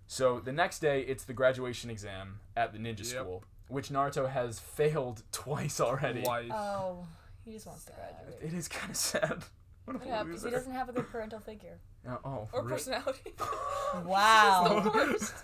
Speaker 1: So the next day, it's the graduation exam at the ninja
Speaker 4: Yep.
Speaker 1: school, which Naruto has failed twice already.
Speaker 4: Why?
Speaker 3: Oh, he just wants to graduate.
Speaker 1: It is kind of sad. What a
Speaker 5: Yeah, because
Speaker 1: loser.
Speaker 3: He doesn't have a good parental figure.
Speaker 1: Uh, oh,
Speaker 5: Or
Speaker 1: re-
Speaker 5: personality.
Speaker 3: Wow.
Speaker 1: Oh.
Speaker 5: the worst.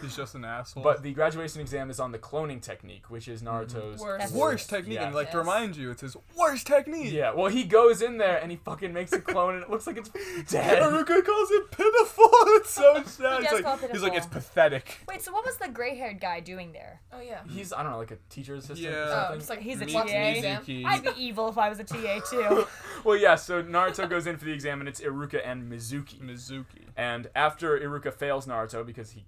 Speaker 4: He's just an asshole.
Speaker 1: But the graduation exam is on the cloning technique, which is Naruto's
Speaker 5: Worst.
Speaker 4: Mm-hmm. worst technique, and like to
Speaker 5: Yes.
Speaker 4: remind you, it's his worst technique.
Speaker 1: Yeah, well, he goes in there and he fucking makes a clone, and it looks like it's dead.
Speaker 4: Haruka calls it pitiful. It's so sad.
Speaker 3: does
Speaker 4: It's
Speaker 3: call
Speaker 4: like,
Speaker 3: it
Speaker 4: he's like,
Speaker 3: pitiful.
Speaker 4: it's pathetic.
Speaker 3: Wait, so what was the gray haired guy doing there?
Speaker 5: Oh yeah.
Speaker 1: He's I don't know, like a teacher assistant
Speaker 4: Yeah.
Speaker 1: or
Speaker 4: Oh,
Speaker 1: something.
Speaker 5: just like
Speaker 3: He's a
Speaker 5: watching
Speaker 4: Meet
Speaker 3: TA.
Speaker 5: the exam.
Speaker 4: Mizuki.
Speaker 3: I'd be evil if I was a TA too.
Speaker 1: well, yeah. So Naruto goes in for the exam, and it's Iruka and Mizuki.
Speaker 4: Mizuki.
Speaker 1: And after Iruka fails Naruto because he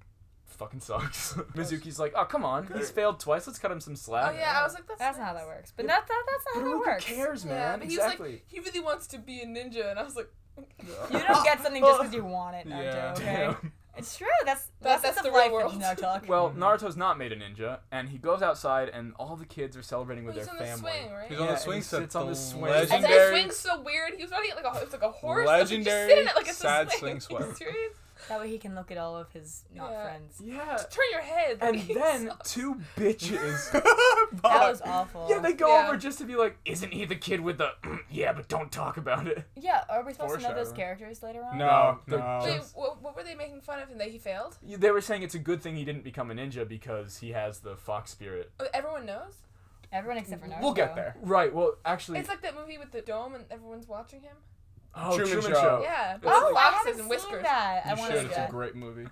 Speaker 1: fucking sucks, Mizuki's like, "Oh come on, he's failed twice. Let's cut him some
Speaker 5: Oh
Speaker 1: slack."
Speaker 5: yeah, I was like, that's,
Speaker 3: That's not how
Speaker 5: nice.
Speaker 3: that works. But that, that, that's not how
Speaker 1: Iruka
Speaker 3: that works.
Speaker 1: cares, man.
Speaker 5: Yeah, but he was
Speaker 1: exactly.
Speaker 5: like, he really wants to be a ninja, and I was like,
Speaker 3: You don't get something just because you want it, Naruto,
Speaker 4: Yeah.
Speaker 3: okay?
Speaker 1: Damn.
Speaker 3: It's true. That's that's
Speaker 5: That- that's
Speaker 3: the
Speaker 5: the
Speaker 3: life
Speaker 5: real
Speaker 3: world.
Speaker 5: world.
Speaker 3: No talk.
Speaker 1: Well, Naruto's not made a ninja, and he goes outside, and all the kids are celebrating with
Speaker 5: he's
Speaker 1: their
Speaker 5: on
Speaker 1: family.
Speaker 5: the swing, right?
Speaker 4: He's
Speaker 1: Yeah,
Speaker 4: on the
Speaker 1: and he
Speaker 4: swing set.
Speaker 1: sits on the swing.
Speaker 5: And
Speaker 4: Legendary.
Speaker 5: that swing's so weird. He was riding it like a, it's like a horse.
Speaker 4: Legendary
Speaker 5: Legendary. Just sitting it like it's
Speaker 4: sad
Speaker 5: a
Speaker 4: swing
Speaker 5: swing.
Speaker 4: sweater.
Speaker 5: Are you serious?
Speaker 3: That way he can look at all of his not
Speaker 5: Yeah.
Speaker 3: friends.
Speaker 1: Yeah.
Speaker 5: Turn your head.
Speaker 1: And
Speaker 5: like,
Speaker 1: then
Speaker 5: so-
Speaker 1: two bitches
Speaker 3: That was awful.
Speaker 1: Yeah, they go
Speaker 5: Yeah.
Speaker 1: over just to be like, isn't he the kid with the? yeah, but don't talk about it.
Speaker 3: Yeah, are we supposed to know those
Speaker 4: Foreshadowing.
Speaker 3: characters later on?
Speaker 4: No,
Speaker 1: No,
Speaker 4: no.
Speaker 1: they're
Speaker 5: Wait,
Speaker 1: just-
Speaker 5: what, what were they making fun of? And that he failed.
Speaker 1: They were saying it's a good thing he didn't become a ninja because he has the fox spirit.
Speaker 5: Oh, Everyone knows.
Speaker 3: Everyone except for Naruto.
Speaker 4: We'll get there.
Speaker 1: Right. Well, actually,
Speaker 5: It's like that movie with the dome and everyone's watching him.
Speaker 1: oh, Truman,
Speaker 4: Truman
Speaker 1: Show.
Speaker 4: Show.
Speaker 5: Yeah, but
Speaker 3: Oh,
Speaker 5: with
Speaker 3: I
Speaker 5: foxes
Speaker 3: haven't
Speaker 5: and
Speaker 3: seen
Speaker 5: whiskers.
Speaker 3: that. I
Speaker 4: You
Speaker 3: want
Speaker 4: should.
Speaker 3: to
Speaker 4: It's a great movie.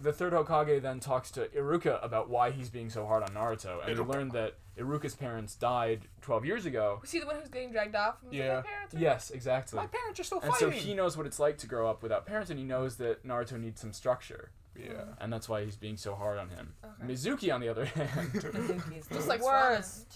Speaker 1: The third Hokage then talks to Iruka about why he's being so hard on Naruto, and we learn that Iruka's parents died 12 years ago.
Speaker 5: Was he the one who's getting dragged off? And was like,
Speaker 4: Yeah.
Speaker 5: My parents are-
Speaker 1: Yes, exactly.
Speaker 4: parents are still
Speaker 1: And so he knows what it's like to grow up without parents, and he knows that Naruto needs some structure,
Speaker 4: yeah.
Speaker 1: and that's why he's being so hard on him.
Speaker 5: Okay.
Speaker 1: Mizuki, on the other hand,
Speaker 3: Just
Speaker 5: like
Speaker 3: worst.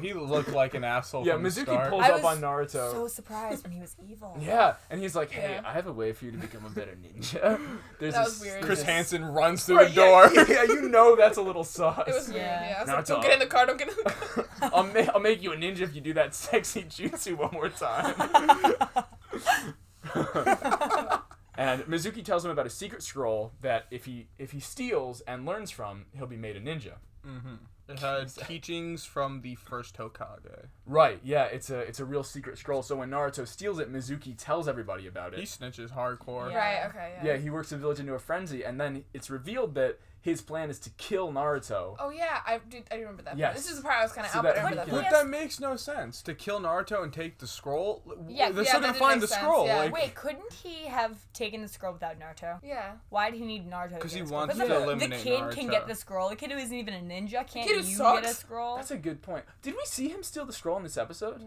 Speaker 4: He looked like an asshole.
Speaker 1: Yeah,
Speaker 4: from the
Speaker 1: Mizuki
Speaker 4: start.
Speaker 1: pulls
Speaker 3: I
Speaker 1: up
Speaker 3: was
Speaker 1: on Naruto.
Speaker 3: So surprised when he was evil.
Speaker 1: yeah, and he's like, "Hey,
Speaker 5: Yeah.
Speaker 1: I have a way for you to become a better ninja." There's
Speaker 5: That
Speaker 1: a s-
Speaker 5: was weird.
Speaker 1: there's
Speaker 4: Chris
Speaker 1: a s-
Speaker 4: Hansen runs through
Speaker 1: Right,
Speaker 4: the
Speaker 1: yeah,
Speaker 4: door.
Speaker 1: Yeah, you know that's a little sauce.
Speaker 5: It was weird.
Speaker 3: Yeah.
Speaker 5: Yeah. I was
Speaker 1: Now
Speaker 5: like,
Speaker 1: it's
Speaker 5: don't
Speaker 1: all-
Speaker 5: get in the car. Don't get in the car.
Speaker 1: I'll, ma- I'll make you a ninja if you do that sexy jutsu one more time. and Mizuki tells him about a secret scroll that if he if he steals and learns from, he'll be made a ninja.
Speaker 4: mm-hmm. It had teachings from the first Hokage.
Speaker 1: Right, yeah, it's a it's a real secret scroll. So when Naruto steals it, Mizuki tells everybody about
Speaker 4: He
Speaker 1: it.
Speaker 4: snitches hardcore.
Speaker 3: Yeah.
Speaker 5: Right. Okay. Yeah.
Speaker 1: Yeah, he works the village into a frenzy, and then it's revealed that his plan is to kill Naruto.
Speaker 5: Oh yeah, I did. I do remember that. part.
Speaker 1: Yes.
Speaker 5: This is the part I was kind of
Speaker 1: So
Speaker 5: out.
Speaker 1: that
Speaker 5: But I remember
Speaker 1: he
Speaker 5: that.
Speaker 1: can-
Speaker 5: part.
Speaker 4: But
Speaker 3: Yes.
Speaker 4: that makes no sense to kill Naruto and take the scroll.
Speaker 3: Yeah,
Speaker 4: they're still
Speaker 5: yeah, that
Speaker 4: gonna
Speaker 5: didn't
Speaker 4: find
Speaker 5: make
Speaker 4: the
Speaker 5: sense,
Speaker 4: scroll.
Speaker 5: yeah.
Speaker 4: Like,
Speaker 5: Wait,
Speaker 3: Wait, couldn't he have taken the scroll without Naruto?
Speaker 5: Yeah.
Speaker 3: Why did he need Naruto?
Speaker 4: Because he
Speaker 3: to get a
Speaker 4: wants
Speaker 3: scroll?
Speaker 1: to
Speaker 3: But the-
Speaker 4: eliminate
Speaker 3: The kid can get
Speaker 4: Naruto.
Speaker 3: the scroll. The kid who isn't even a ninja can't
Speaker 5: kid who
Speaker 3: you get a
Speaker 5: sucks.
Speaker 3: scroll?
Speaker 1: That's a good point. Did we see him steal the scroll in this episode?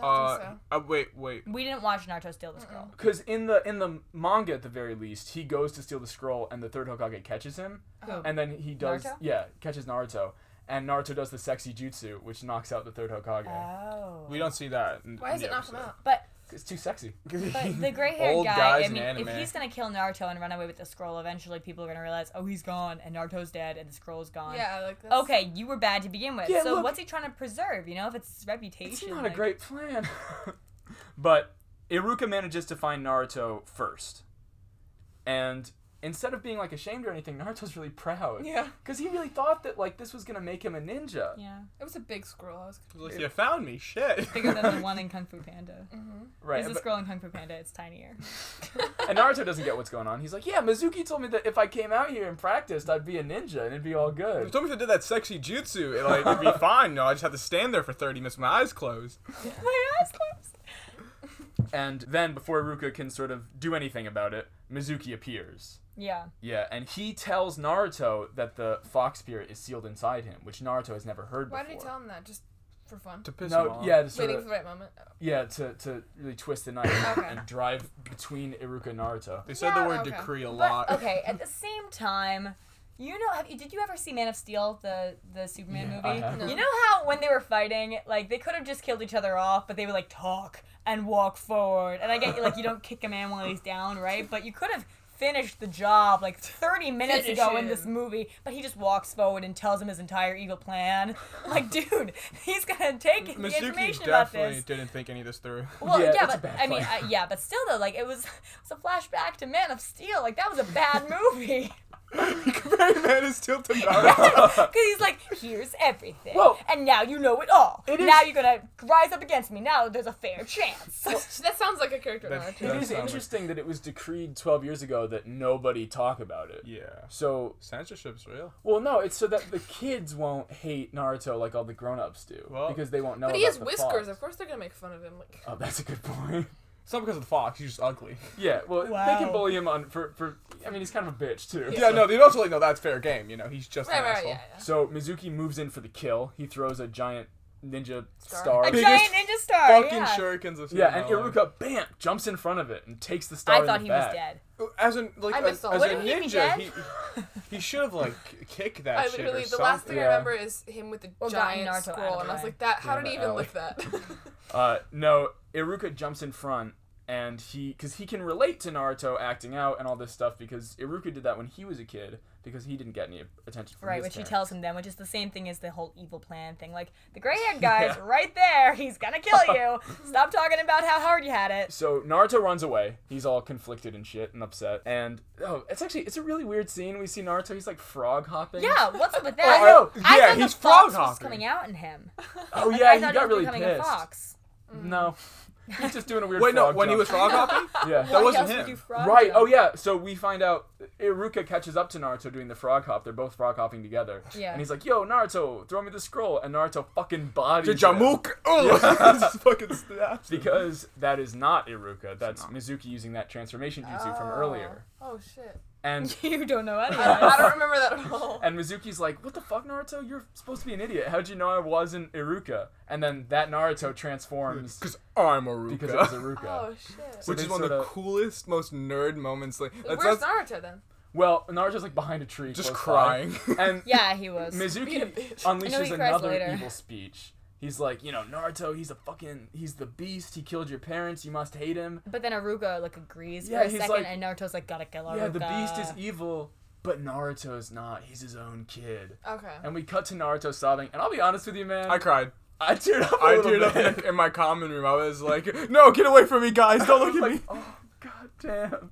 Speaker 5: I
Speaker 4: uh,
Speaker 5: think so.
Speaker 4: uh, wait, wait.
Speaker 3: we didn't watch Naruto steal the scroll.
Speaker 1: Because in the in the manga, at the very least, he goes to steal the scroll, and the third Hokage catches him,
Speaker 3: Who?
Speaker 1: and then he does
Speaker 3: Oh. Naruto?
Speaker 1: yeah catches Naruto, and Naruto does the sexy jutsu, which knocks out the third Hokage.
Speaker 3: Oh.
Speaker 4: We don't see that. In,
Speaker 5: Why
Speaker 4: in
Speaker 5: does
Speaker 4: the
Speaker 5: it knock him
Speaker 4: episode.
Speaker 5: out?
Speaker 3: But
Speaker 1: it's too sexy.
Speaker 3: but the gray haired
Speaker 4: Old
Speaker 3: guy,
Speaker 4: guys
Speaker 3: I
Speaker 4: in
Speaker 3: mean, if
Speaker 4: anime.
Speaker 3: he's gonna kill Naruto and run away with the scroll, eventually people are gonna realize, oh, he's gone, and Naruto's dead, and the scroll's gone.
Speaker 5: Yeah. Like. That's,
Speaker 3: Okay, you were bad to begin with.
Speaker 1: Yeah,
Speaker 3: so
Speaker 1: look-
Speaker 3: what's he trying to preserve? You know, if it's his reputation.
Speaker 1: It's not
Speaker 3: like-
Speaker 1: a great plan. but Iruka manages to find Naruto first. And instead of being like ashamed or anything, Naruto's really proud.
Speaker 5: Yeah.
Speaker 1: Cuz he really thought that like this was going to make him a ninja.
Speaker 3: Yeah.
Speaker 5: It was a big scroll. I was confused.
Speaker 4: Like, you found me. Shit.
Speaker 3: Bigger than the one in Kung Fu Panda.
Speaker 1: Right.
Speaker 3: There's a
Speaker 1: but-
Speaker 3: scroll in Kung Fu Panda. It's tinier.
Speaker 1: and Naruto doesn't get what's going on. He's like, "Yeah, Mizuki told me that if I came out here and practiced, I'd be a ninja and it'd be all
Speaker 4: You
Speaker 1: good."
Speaker 4: told me if I did that sexy jutsu, it, like, it'd be fine. No, I just have to stand there for 30 minutes with my eyes closed.
Speaker 3: My eyes closed.
Speaker 1: And then before Iruka can sort of do anything about it, Mizuki appears.
Speaker 3: Yeah.
Speaker 1: Yeah, and he tells Naruto that the fox spirit is sealed inside him, which Naruto has never heard
Speaker 5: Why
Speaker 1: before.
Speaker 5: did he tell him that? Just for fun.
Speaker 4: To piss him
Speaker 1: No,
Speaker 4: off.
Speaker 1: yeah, to sort
Speaker 5: Waiting
Speaker 1: of-
Speaker 5: for the right moment. Oh.
Speaker 1: Yeah, to, to really twist the knife
Speaker 5: Okay.
Speaker 1: and drive between Iruka and Naruto.
Speaker 4: They said
Speaker 5: Yeah,
Speaker 4: the word
Speaker 5: okay.
Speaker 4: decree a lot.
Speaker 3: But okay, at the same time, you know, have you, did you ever see Man of Steel, the the Superman
Speaker 1: Yeah, I
Speaker 3: movie?
Speaker 1: have.
Speaker 5: No.
Speaker 3: You know how when they were fighting, like they could have just killed each other off, but they would like talk and walk forward. And I get you, like you don't kick a man while he's down, right? But you could have finished the job like 30 minutes
Speaker 5: Finish
Speaker 3: ago in
Speaker 5: him.
Speaker 3: this movie but he just walks forward and tells him his entire evil plan like dude he's gonna take the
Speaker 4: Mizuki
Speaker 3: information about
Speaker 4: definitely
Speaker 3: this
Speaker 4: didn't think any of this through.
Speaker 3: Well,
Speaker 1: Yeah,
Speaker 3: yeah,
Speaker 1: it's a
Speaker 3: but
Speaker 1: bad
Speaker 3: I mean, uh,
Speaker 1: fight.
Speaker 3: yeah, but still though, like it was, it's a flashback to Man of Steel. Like that was a bad movie
Speaker 4: Comparing Man of Steel to Naruto.
Speaker 3: because he's like, here's everything,
Speaker 1: Uh, Well-
Speaker 3: and now you know it all.
Speaker 1: It
Speaker 3: Now
Speaker 1: is-
Speaker 3: you're gonna rise up against me. Now there's a fair chance.
Speaker 5: that sounds like a character. in
Speaker 4: That's-
Speaker 5: Naruto.
Speaker 1: It
Speaker 4: Does
Speaker 1: is
Speaker 4: sound like-
Speaker 1: interesting that it was decreed 12 years ago that nobody talk about it.
Speaker 4: yeah.
Speaker 1: So,
Speaker 4: Censorship's real.
Speaker 1: well, no, it's so that the kids won't hate Naruto like all the grown-ups do,
Speaker 4: Well-
Speaker 1: because they won't know.
Speaker 5: But he
Speaker 1: about
Speaker 5: has
Speaker 1: the
Speaker 5: whiskers.
Speaker 1: fox.
Speaker 5: Of course, they're gonna make fun of him. Like,
Speaker 1: Oh, that's a good point.
Speaker 4: It's not because of the fox, he's just ugly.
Speaker 1: Yeah, well, they can
Speaker 3: Wow.
Speaker 1: bully him on for for. I mean, he's kind of a bitch too.
Speaker 4: Yeah,
Speaker 1: so.
Speaker 4: no, they also like, no, that's fair game. You know, he's just
Speaker 5: right,
Speaker 4: an
Speaker 5: right,
Speaker 4: asshole.
Speaker 5: yeah, yeah.
Speaker 1: So Mizuki moves in for the kill. He throws a giant ninja star.
Speaker 5: Star.
Speaker 3: a
Speaker 4: biggest
Speaker 3: giant ninja star.
Speaker 4: Fucking
Speaker 3: yeah.
Speaker 4: shurikens of
Speaker 1: Yeah, and
Speaker 4: Superman.
Speaker 1: Iruka, bam, jumps in front of it and takes the star.
Speaker 3: I
Speaker 1: in
Speaker 3: thought
Speaker 1: the
Speaker 3: he
Speaker 1: back.
Speaker 3: was dead.
Speaker 4: as an like
Speaker 5: I
Speaker 4: as,
Speaker 5: missed all
Speaker 4: as a
Speaker 5: that.
Speaker 3: Wouldn't he be
Speaker 4: ninja,
Speaker 3: dead?
Speaker 4: he he should have like kicked that
Speaker 5: I
Speaker 4: shit or
Speaker 5: literally, the
Speaker 4: something.
Speaker 5: last thing
Speaker 1: Yeah.
Speaker 5: I remember is him with the
Speaker 3: Well, gotten
Speaker 5: giant
Speaker 3: Naruto out of
Speaker 5: scroll,
Speaker 3: the
Speaker 5: and I was
Speaker 3: way.
Speaker 5: like, "That? How
Speaker 1: Yeah,
Speaker 5: did he
Speaker 1: but
Speaker 5: even
Speaker 1: Ellie-
Speaker 5: lick that?"
Speaker 1: Uh, no, Iruka jumps in front, and he, because he can relate to Naruto acting out and all this stuff, because Iruka did that when he was a kid, because he didn't get any attention from
Speaker 3: Right,
Speaker 1: his
Speaker 3: which he
Speaker 1: parents.
Speaker 3: tells him then, which is the same thing as the whole evil plan thing. Like the gray-haired guy's right there. He's gonna kill you. Stop talking about how hard you had it.
Speaker 1: So Naruto runs away. He's all conflicted and shit and upset. And oh, it's actually it's a really weird scene. We see Naruto. He's like frog hopping.
Speaker 3: Yeah, what's up with that?
Speaker 1: I know.
Speaker 3: I
Speaker 4: Yeah,
Speaker 3: thought
Speaker 4: he's
Speaker 3: the fox
Speaker 4: frog
Speaker 3: was
Speaker 4: hopping.
Speaker 3: coming out in him.
Speaker 1: Oh
Speaker 3: Like,
Speaker 1: yeah,
Speaker 3: I
Speaker 1: he
Speaker 3: thought
Speaker 1: got
Speaker 3: was
Speaker 1: really
Speaker 3: becoming
Speaker 1: pissed.
Speaker 3: A Mm. fox.
Speaker 1: No, he's just doing a weird.
Speaker 4: Wait, no,
Speaker 1: frog
Speaker 4: when he
Speaker 1: jump.
Speaker 4: was frog hopping,
Speaker 1: Yeah.
Speaker 4: that wasn't
Speaker 3: else would
Speaker 4: him.
Speaker 3: you frog
Speaker 1: Right.
Speaker 3: jump?
Speaker 1: Oh yeah. So we find out Iruka catches up to Naruto doing the frog hop. They're both frog hopping together.
Speaker 3: Yeah.
Speaker 1: And he's like, "Yo, Naruto, throw me the scroll." And Naruto fucking bodies
Speaker 4: The
Speaker 1: him.
Speaker 4: Jamook. Oh, this fucking snaps.
Speaker 1: because that is not Iruka. That's Mizuki using that transformation jutsu
Speaker 3: Ah.
Speaker 1: from earlier.
Speaker 5: oh shit!
Speaker 1: And
Speaker 3: You don't know anything.
Speaker 5: I don't remember that at all.
Speaker 1: and Mizuki's like, "What the fuck, Naruto? You're supposed to be an idiot. How'd you know I wasn't Iruka?" And then that Naruto transforms
Speaker 4: Because I'm Aruka.
Speaker 1: because it was Iruka.
Speaker 5: Oh shit!
Speaker 1: So
Speaker 4: which
Speaker 1: they
Speaker 4: is one of the
Speaker 1: sorta-
Speaker 4: coolest, most nerd moments. Like that's,
Speaker 5: Where's
Speaker 4: that's
Speaker 5: Naruto then?
Speaker 1: Well, Naruto's like behind a tree,
Speaker 4: just
Speaker 1: close by.
Speaker 4: crying.
Speaker 1: And
Speaker 3: yeah, he was.
Speaker 5: Being a
Speaker 1: Mizuki
Speaker 5: bitch.
Speaker 3: I know
Speaker 1: unleashes
Speaker 3: he cries
Speaker 1: another
Speaker 3: later.
Speaker 1: evil speech. He's like, you know, Naruto, he's a fucking, he's the beast. He killed your parents. You must hate him.
Speaker 3: But then Aruga like agrees
Speaker 1: Yeah,
Speaker 3: for a
Speaker 1: he's
Speaker 3: second,
Speaker 1: like-
Speaker 3: and Naruto's like, gotta kill Aruga.
Speaker 1: Yeah, the beast is
Speaker 4: e-
Speaker 1: evil, but Naruto's not. He's his own kid.
Speaker 5: Okay.
Speaker 1: And we cut to Naruto sobbing. And I'll be honest with you, man.
Speaker 4: I cried.
Speaker 1: I teared up. I
Speaker 4: I teared up in, in my common room. I was like, "No, get away from me, guys! Don't
Speaker 1: I was
Speaker 4: look at
Speaker 1: like,
Speaker 4: me."
Speaker 1: oh, god damn.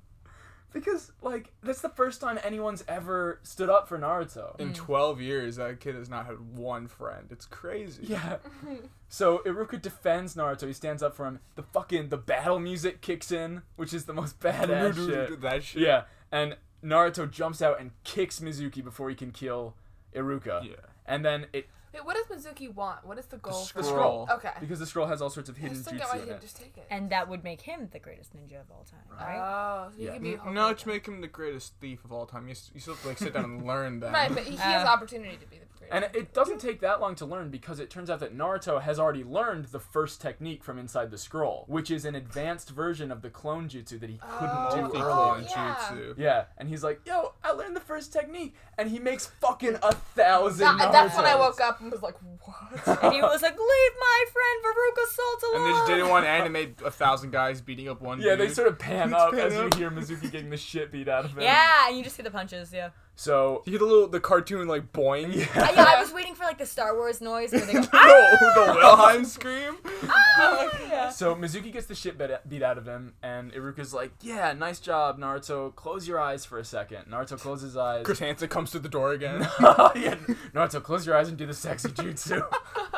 Speaker 1: Because like that's the first time anyone's ever stood up for Naruto.
Speaker 5: Mm.
Speaker 4: In 12 years, that kid has not had one friend. It's crazy.
Speaker 1: Yeah. So Iruka defends Naruto. He stands up for him. The fucking the battle music kicks in, which is the most badass shit.
Speaker 4: That shit.
Speaker 1: Yeah. And Naruto jumps out and kicks Mizuki before he can kill Iruka.
Speaker 4: Yeah.
Speaker 1: And then it
Speaker 5: Wait, what does Mizuki want? What is the goal
Speaker 1: the
Speaker 5: for
Speaker 4: scroll.
Speaker 1: scroll.
Speaker 5: Okay.
Speaker 1: Because the scroll has all sorts of
Speaker 5: I
Speaker 1: hidden
Speaker 5: still get why
Speaker 1: jutsu
Speaker 5: he
Speaker 1: in
Speaker 5: didn't
Speaker 1: it.
Speaker 5: just take it.
Speaker 3: And that would make him the greatest ninja of all time, right?
Speaker 5: Oh, so he
Speaker 1: Yeah.
Speaker 5: could be. a
Speaker 4: No,
Speaker 5: Hokage.
Speaker 4: it's make him the greatest thief of all time. You, s- you still have to like sit down and learn that.
Speaker 5: Right, but he, he has
Speaker 3: Uh,
Speaker 5: opportunity to be the greatest.
Speaker 1: And it doesn't take that long to learn because it turns out that Naruto has already learned the first technique from inside the scroll, which is an advanced version of the clone jutsu that he couldn't
Speaker 5: Oh,
Speaker 1: do
Speaker 4: Thief
Speaker 1: earlier.
Speaker 5: oh,
Speaker 4: and
Speaker 5: yeah.
Speaker 4: jutsu.
Speaker 1: Yeah, and he's like, "Yo, I learned the first technique," and he makes fucking a thousand.
Speaker 5: That- that's when I
Speaker 1: Narutos.
Speaker 5: woke up and was like, what?
Speaker 3: And he was like, "Leave my friend Veruca Salt alone."
Speaker 4: And they just didn't want to animate a thousand guys beating up one
Speaker 1: Yeah,
Speaker 4: dude.
Speaker 1: they sort of pan
Speaker 4: It's
Speaker 1: up
Speaker 4: pan
Speaker 1: as you
Speaker 4: up.
Speaker 1: hear Mizuki getting the shit beat out of him.
Speaker 3: Yeah, and you just see the punches. Yeah.
Speaker 1: So
Speaker 4: You hear the little, the cartoon like boing.
Speaker 3: Uh, yeah, I was waiting for like the Star Wars noise where they go. "Ah!"
Speaker 4: no, the Wilhelm scream.
Speaker 1: So Mizuki gets the shit bet- beat out of him, and Iruka's like, "Yeah, nice job, Naruto. Close your eyes for a second. Naruto closes his eyes.
Speaker 4: Chris Hansen comes through the door again.
Speaker 1: yeah, Naruto, close your eyes and do the sexy jutsu.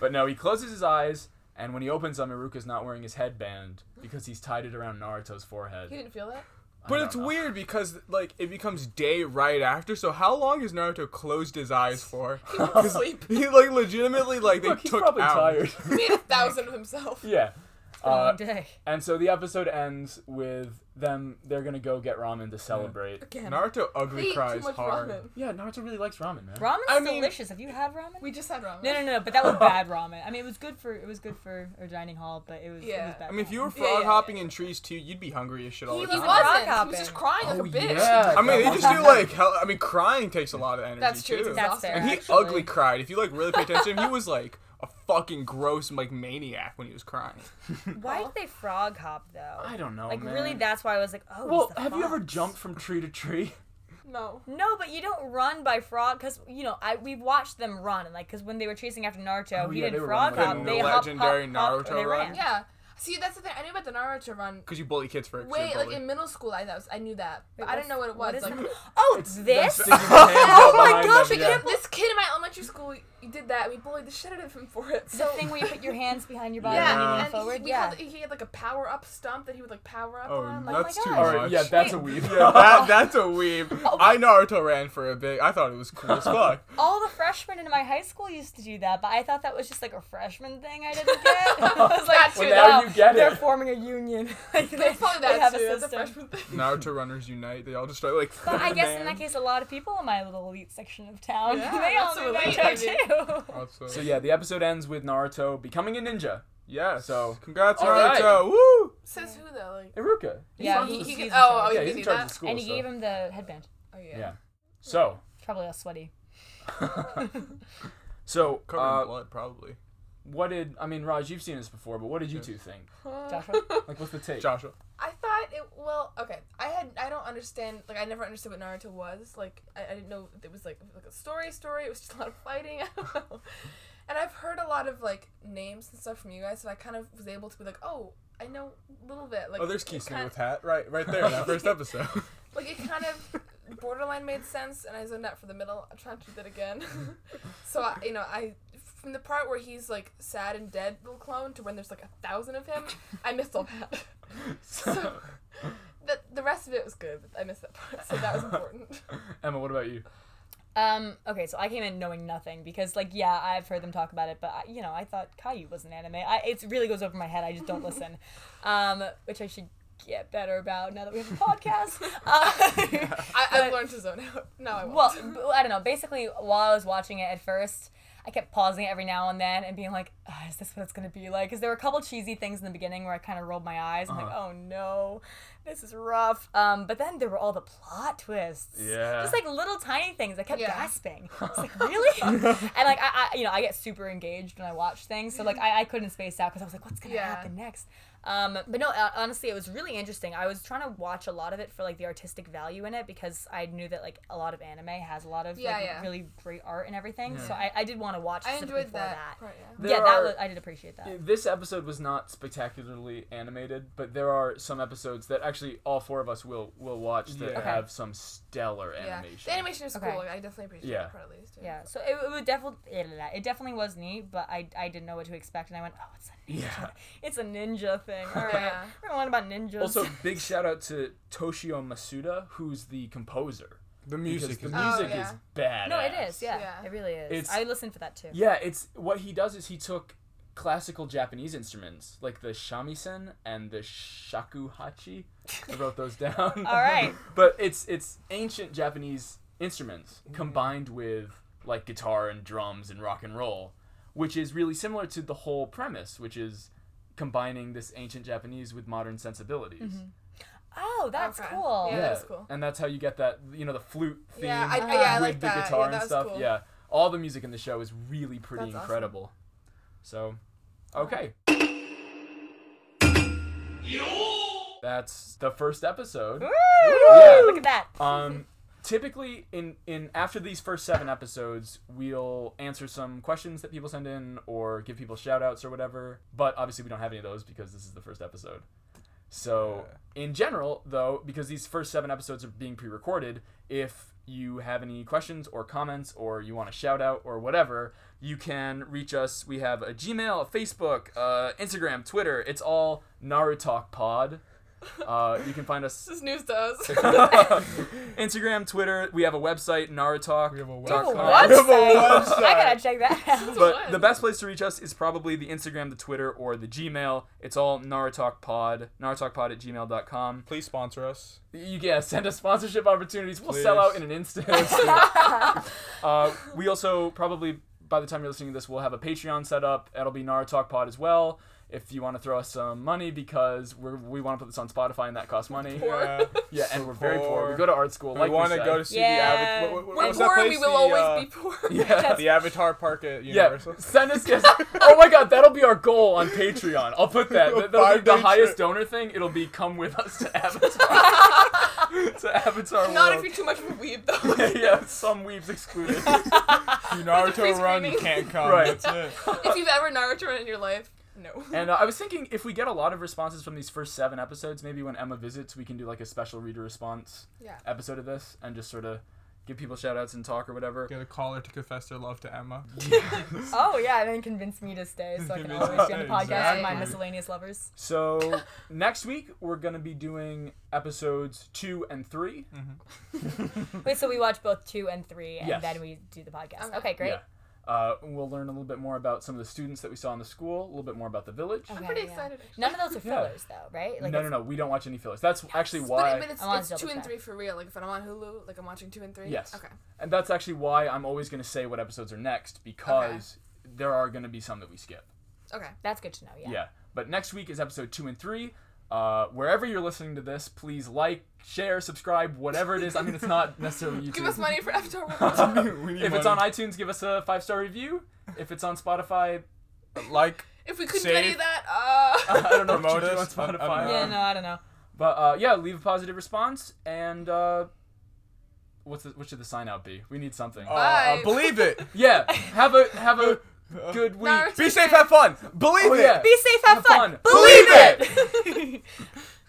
Speaker 1: but no, he closes his eyes, and when he opens them, Iruka's not wearing his headband because he's tied it around Naruto's forehead.
Speaker 5: you didn't feel that?
Speaker 1: I
Speaker 4: But
Speaker 1: don't
Speaker 4: it's
Speaker 1: know.
Speaker 4: weird because like it becomes day right after. So how long has Naruto closed his eyes for?
Speaker 5: Sleep.
Speaker 4: he like legitimately like they
Speaker 1: Look, he's
Speaker 4: took
Speaker 1: probably
Speaker 4: hours.
Speaker 1: tired.
Speaker 5: Made a thousand of himself.
Speaker 1: yeah. Uh,
Speaker 3: Long day.
Speaker 1: and so the episode ends with them. They're gonna go get ramen to celebrate.
Speaker 5: Again.
Speaker 4: Naruto ugly
Speaker 5: we ate too
Speaker 4: cries
Speaker 5: much
Speaker 4: hard.
Speaker 5: ramen.
Speaker 1: Yeah, Naruto really likes ramen, man.
Speaker 3: Ramen's
Speaker 4: I mean-
Speaker 3: delicious. Have you had ramen?
Speaker 5: We just had ramen.
Speaker 3: no, no, no, but that was bad ramen. I mean, it was good for it was good for our dining hall, but it was it
Speaker 5: Yeah.
Speaker 3: was bad.
Speaker 4: I mean, if you were
Speaker 5: Yeah, yeah,
Speaker 4: frog hopping in trees too, you'd be hungry as shit all
Speaker 5: He
Speaker 4: the
Speaker 5: wasn't.
Speaker 4: time.
Speaker 5: He
Speaker 3: Rock
Speaker 5: was
Speaker 3: hopping.
Speaker 5: just crying
Speaker 1: Oh,
Speaker 5: like a bitch.
Speaker 1: yeah.
Speaker 4: I mean, they just do like hell. I mean, crying takes a lot of energy
Speaker 5: That's true.
Speaker 4: too.
Speaker 5: It's
Speaker 3: That's
Speaker 5: exhausting.
Speaker 3: fair.
Speaker 4: and he
Speaker 3: actually.
Speaker 4: ugly cried. If you like really pay attention, he was like a fucking gross like maniac when he was crying.
Speaker 3: why did they frog hop though?
Speaker 1: I don't know,
Speaker 3: Like
Speaker 1: man.
Speaker 3: really, that's why I was like, oh. he's
Speaker 1: Well,
Speaker 3: the
Speaker 1: have you ever
Speaker 3: fox.
Speaker 1: jumped from tree to tree?
Speaker 5: No.
Speaker 3: No, but you don't run by frog because you know I we watched them run and like because when they were chasing after Naruto,
Speaker 1: Oh,
Speaker 3: he
Speaker 1: yeah, they
Speaker 3: didn't
Speaker 1: were
Speaker 3: frog
Speaker 1: running.
Speaker 3: hop.
Speaker 1: The
Speaker 3: They hop,
Speaker 4: legendary
Speaker 3: hop, hop, and
Speaker 4: Naruto
Speaker 3: they
Speaker 4: run?
Speaker 3: ran.
Speaker 5: Yeah. See, that's the thing. I knew about the Naruto run.
Speaker 4: Cause you bully kids for a
Speaker 5: Wait, like
Speaker 4: bully.
Speaker 5: in middle school, I that was, I knew that, but
Speaker 3: Wait,
Speaker 5: I
Speaker 3: what's-
Speaker 5: didn't know what it
Speaker 3: what
Speaker 5: was.
Speaker 3: is
Speaker 5: like,
Speaker 3: that? Oh, this.
Speaker 1: oh
Speaker 3: my gosh,
Speaker 5: But
Speaker 3: Yeah.
Speaker 5: yeah, this kid in my elementary school he did that. and We bullied the shit out of him for it.
Speaker 3: The
Speaker 5: So
Speaker 3: thing where you put your hands behind your body
Speaker 5: yeah,
Speaker 3: and you lean
Speaker 5: and
Speaker 3: forward.
Speaker 5: he, we
Speaker 3: yeah.
Speaker 5: had, he had like a power up stump that he would like power up
Speaker 4: Oh,
Speaker 5: on. Like,
Speaker 4: that's
Speaker 3: my
Speaker 4: too
Speaker 3: gosh.
Speaker 4: much.
Speaker 1: All right, yeah, that's a weeb.
Speaker 4: that, that's a
Speaker 5: Oh
Speaker 4: weeb. I Naruto ran for a bit. I thought it was cool as fuck.
Speaker 3: All the freshmen in my high school used to do that, but I thought that was just like a freshman thing I didn't get. I was like,
Speaker 5: Well,
Speaker 1: now
Speaker 3: "Wow,
Speaker 1: you get
Speaker 3: they're
Speaker 1: it."
Speaker 3: forming a union. like, they,
Speaker 5: that's probably
Speaker 3: they
Speaker 5: that
Speaker 3: have
Speaker 5: too.
Speaker 3: a
Speaker 5: That's a
Speaker 3: system.
Speaker 5: freshman thing.
Speaker 4: Naruto runners unite. They all just start like.
Speaker 3: But I guess in
Speaker 4: man.
Speaker 3: that case, a lot of people in my little elite section of town,
Speaker 5: Yeah,
Speaker 3: they all
Speaker 5: that's
Speaker 3: do
Speaker 5: what
Speaker 3: that
Speaker 5: we
Speaker 3: too.
Speaker 4: Also,
Speaker 1: So yeah, the episode ends with Naruto becoming a ninja.
Speaker 4: yeah.
Speaker 1: So-
Speaker 4: So congrats
Speaker 1: All
Speaker 4: Naruto.
Speaker 1: right.
Speaker 4: Woo.
Speaker 5: Says who though? Like,
Speaker 1: Iruka.
Speaker 3: Yeah,
Speaker 1: in
Speaker 3: he-
Speaker 1: charge of
Speaker 3: he
Speaker 1: the-
Speaker 3: could-
Speaker 5: oh, oh,
Speaker 1: yeah,
Speaker 5: you
Speaker 1: he's
Speaker 5: can
Speaker 1: in
Speaker 5: do
Speaker 1: charge of
Speaker 5: that.
Speaker 1: the school.
Speaker 3: and he
Speaker 1: so-
Speaker 3: gave him the headband.
Speaker 5: Oh yeah.
Speaker 1: Yeah. So,
Speaker 3: Probably all sweaty.
Speaker 1: so
Speaker 4: Covered in
Speaker 1: uh,
Speaker 4: blood, probably.
Speaker 1: what did I mean, Raj? You've seen this before, but what did you two think?
Speaker 3: Joshua.
Speaker 1: Like, what's the take?
Speaker 4: Joshua.
Speaker 5: I thought it. Well, okay. I had. I don't understand. Like, I never understood what Naruto was. Like, I, I didn't know if it was like like a story. Story. It was just a lot of fighting. I don't know. And I've heard a lot of like names and stuff from you guys, so I kind of was able to be like, oh, I know a little bit. Like,
Speaker 4: Oh, there's
Speaker 5: it
Speaker 4: Kisame
Speaker 5: kind-
Speaker 4: with hat. Right, right there in that first episode.
Speaker 5: Like, it kind of borderline made sense, and I zoned out for the middle. I tried to do that again. so I, you know, I from the part where he's like sad and dead, little clone, to when there's like a thousand of him, I missed all that. so the, the rest of it was good. But I missed that part, so that was important.
Speaker 1: Emma, what about you?
Speaker 3: Um, okay, so I came in knowing nothing because, like, yeah, I've heard them talk about it, but I, you know, I thought Caillou was an anime. I, it really goes over my head. I just don't listen, um, which I should get better about now that we have a podcast. Uh,
Speaker 5: I, I've learned to zone out. No, I won't.
Speaker 3: well, b- I don't know. Basically, while I was watching it at first, I kept pausing it every now and then and being like, "Ah, "Is this what it's gonna be like?" Because there were a couple cheesy things in the beginning where I kind of rolled my eyes. I'm
Speaker 5: Uh-huh.
Speaker 3: like, "Oh no, this is rough." Um, but then there were all the plot twists.
Speaker 1: Yeah.
Speaker 3: Just like little tiny things. I kept
Speaker 5: Yeah.
Speaker 3: gasping. I was like, "Really?" and like, I, I, you know, I get super engaged when I watch things, so like, I, I couldn't space out because I was like, "What's gonna
Speaker 5: Yeah.
Speaker 3: happen next?" Um, but no, uh, honestly, it was really interesting. I was trying to watch a lot of it for like the artistic value in it because I knew that like a lot of anime has a lot of
Speaker 5: Yeah,
Speaker 3: like,
Speaker 5: yeah.
Speaker 3: really great art and everything. So I, I did want to watch.
Speaker 5: I
Speaker 3: specifically for
Speaker 5: enjoyed that.
Speaker 3: that.
Speaker 5: Part, yeah.
Speaker 3: yeah,
Speaker 1: There
Speaker 3: that
Speaker 1: are-
Speaker 3: was, I did appreciate that.
Speaker 1: This episode was not spectacularly animated, but there are some episodes that actually all four of us will will watch that
Speaker 4: Yeah. Okay.
Speaker 1: have some stellar
Speaker 5: Yeah.
Speaker 1: animation.
Speaker 5: The animation is
Speaker 3: Okay.
Speaker 5: cool. I definitely appreciate
Speaker 1: Yeah.
Speaker 5: that part at least.
Speaker 3: Yeah, so it, it would definitely it definitely was neat, but I, I didn't know what to expect, and I went, oh, it's a ninja,
Speaker 1: Yeah.
Speaker 3: it's a ninja thing. All right,
Speaker 5: Yeah.
Speaker 3: we're gonna learn about ninjas.
Speaker 1: Also, big shout out to Toshio Masuda, who's the composer.
Speaker 4: The
Speaker 1: because
Speaker 4: music
Speaker 1: the
Speaker 4: is
Speaker 5: Oh,
Speaker 1: music is
Speaker 5: yeah.
Speaker 1: badass.
Speaker 3: no, it is, yeah,
Speaker 5: Yeah.
Speaker 3: it really is.
Speaker 1: It's-
Speaker 3: I listened for that too.
Speaker 1: Yeah, it's what he does is he took classical Japanese instruments like the shamisen and the shakuhachi. I wrote those down.
Speaker 3: All right.
Speaker 1: but it's it's ancient Japanese instruments
Speaker 3: Mm.
Speaker 1: combined with like guitar and drums and rock and roll, which is really similar to the whole premise, which is combining this ancient Japanese with modern sensibilities.
Speaker 3: Mm-hmm. Oh, that's
Speaker 5: Okay.
Speaker 3: cool.
Speaker 5: Yeah. that's cool.
Speaker 1: And that's how you get that, you know, the flute theme
Speaker 5: Yeah, I- I- yeah, I
Speaker 1: with
Speaker 5: like
Speaker 1: the
Speaker 5: that.
Speaker 1: guitar
Speaker 5: Yeah,
Speaker 1: and
Speaker 5: that was
Speaker 1: stuff.
Speaker 5: cool.
Speaker 1: Yeah, all the music in the show is really pretty
Speaker 5: That's awesome.
Speaker 1: incredible. So, okay. That's the first episode.
Speaker 3: Woo!
Speaker 1: Yeah.
Speaker 3: Look at that.
Speaker 1: Um, typically, in in after these first seven episodes, we'll answer some questions that people send in or give people shout outs or whatever. But obviously, we don't have any of those because this is the first episode. So, in general, though, because these first seven episodes are being pre recorded, if you have any questions or comments or you want to shout out or whatever, you can reach us. We have a Gmail, a Facebook, uh, Instagram, Twitter. It's all Narutalk Pod. Uh, you can find us
Speaker 5: This is news to us.
Speaker 1: Instagram, Twitter. We have a website, Narutalk.
Speaker 4: We have a
Speaker 1: dot
Speaker 4: website.
Speaker 1: com.
Speaker 3: What?
Speaker 4: We have a website.
Speaker 3: I gotta check that out.
Speaker 1: But the best place to reach us is probably the Instagram, the Twitter, or the Gmail. It's all NarutalkPod, NarutalkPod at gmail.com.
Speaker 4: Please sponsor us.
Speaker 1: You yeah, send us sponsorship opportunities. We'll sell out
Speaker 4: Please.
Speaker 1: in an instant. uh, we also probably by the time you're listening to this, we'll have a Patreon set up. That'll be Narutalk Pod as well. If you want to throw us some money because we're, we want to put this on Spotify and that costs money.
Speaker 4: Yeah.
Speaker 1: Yeah, and we're very poor. We
Speaker 4: Poor.
Speaker 1: go to art school.
Speaker 4: We
Speaker 1: like we
Speaker 4: want to
Speaker 1: said.
Speaker 4: go to see
Speaker 3: Yeah.
Speaker 4: the Avatar. What, what,
Speaker 5: We're
Speaker 4: was that
Speaker 5: poor. We
Speaker 4: place?
Speaker 5: will
Speaker 4: The,
Speaker 5: always
Speaker 4: uh,
Speaker 5: be poor.
Speaker 1: Yeah.
Speaker 4: The Avatar Park at
Speaker 1: Yeah,
Speaker 4: Universal.
Speaker 1: send us yes. Oh my god, that'll be our goal on Patreon. I'll put that. That- That'll be
Speaker 4: Five-day
Speaker 1: the highest
Speaker 4: trip.
Speaker 1: donor thing. It'll be come with us to Avatar. to Avatar
Speaker 5: Not if
Speaker 1: World.
Speaker 5: you're too much of a weeb though.
Speaker 1: yeah, some weaves excluded.
Speaker 4: You Naruto run, you
Speaker 5: pre-screening.
Speaker 4: can't come.
Speaker 1: Right.
Speaker 4: That's it.
Speaker 5: if you've ever Naruto in your life, no.
Speaker 1: and uh, I was thinking if we get a lot of responses from these first seven episodes, maybe when Emma visits, we can do like a special reader response
Speaker 5: Yeah.
Speaker 1: episode of this and just sort of give people shout outs and talk or whatever.
Speaker 4: Get a caller to confess their love to Emma.
Speaker 3: Oh yeah, and then convince me to stay so I can
Speaker 4: Convince-
Speaker 3: always be on the podcast with my
Speaker 5: Exactly.
Speaker 3: miscellaneous lovers.
Speaker 1: So next week, we're going to be doing episodes two and three.
Speaker 3: Wait, so we watch both two and three, and
Speaker 1: Yes.
Speaker 3: then we do the podcast. Okay,
Speaker 5: Okay.
Speaker 3: great.
Speaker 1: Yeah. Uh, we'll learn a little bit more about some of the students that we saw in the school, a little bit more about the village.
Speaker 5: I'm
Speaker 3: Okay,
Speaker 5: pretty
Speaker 3: yeah.
Speaker 5: excited.
Speaker 3: None of those are fillers, though, right?
Speaker 1: no, no,
Speaker 3: it's-
Speaker 1: no. We don't watch any fillers. That's actually
Speaker 5: But,
Speaker 1: why.
Speaker 5: it- but it's,
Speaker 3: I'm on
Speaker 5: it's
Speaker 3: double
Speaker 5: two and
Speaker 3: check.
Speaker 5: three for real. Like if I'm on Hulu, like I'm watching two and three.
Speaker 1: Yes.
Speaker 5: Okay.
Speaker 1: and that's actually why I'm always going to say what episodes are next because there are going to be some that we skip.
Speaker 5: Okay.
Speaker 3: That's good to know. Yeah.
Speaker 1: Yeah. But next week is episode two and three. Uh, wherever you're listening to this, please like, share, subscribe, whatever it is. I mean, it's not necessarily YouTube.
Speaker 5: Give us money for Avatar World.
Speaker 4: We need
Speaker 1: If it's on
Speaker 4: money.
Speaker 1: iTunes, give us a five star review. If it's on Spotify,
Speaker 4: like,
Speaker 5: if we couldn't do
Speaker 4: Save.
Speaker 5: any of that, uh.
Speaker 1: I don't know
Speaker 4: Promote
Speaker 1: what you do on
Speaker 4: us. Um, uh, I- I don't
Speaker 1: Spotify.
Speaker 4: know.
Speaker 3: Yeah, no, I don't know.
Speaker 1: But uh, yeah, leave a positive response and uh, what's the, what should the sign out be? We need something.
Speaker 4: uh,
Speaker 5: Bye.
Speaker 4: believe it.
Speaker 1: yeah, have a have a good week.
Speaker 5: Naruto-
Speaker 4: Be safe, have fun. Believe
Speaker 1: Oh,
Speaker 4: it.
Speaker 1: yeah.
Speaker 3: Be safe, have,
Speaker 1: Have
Speaker 3: fun.
Speaker 1: fun.
Speaker 3: Believe it.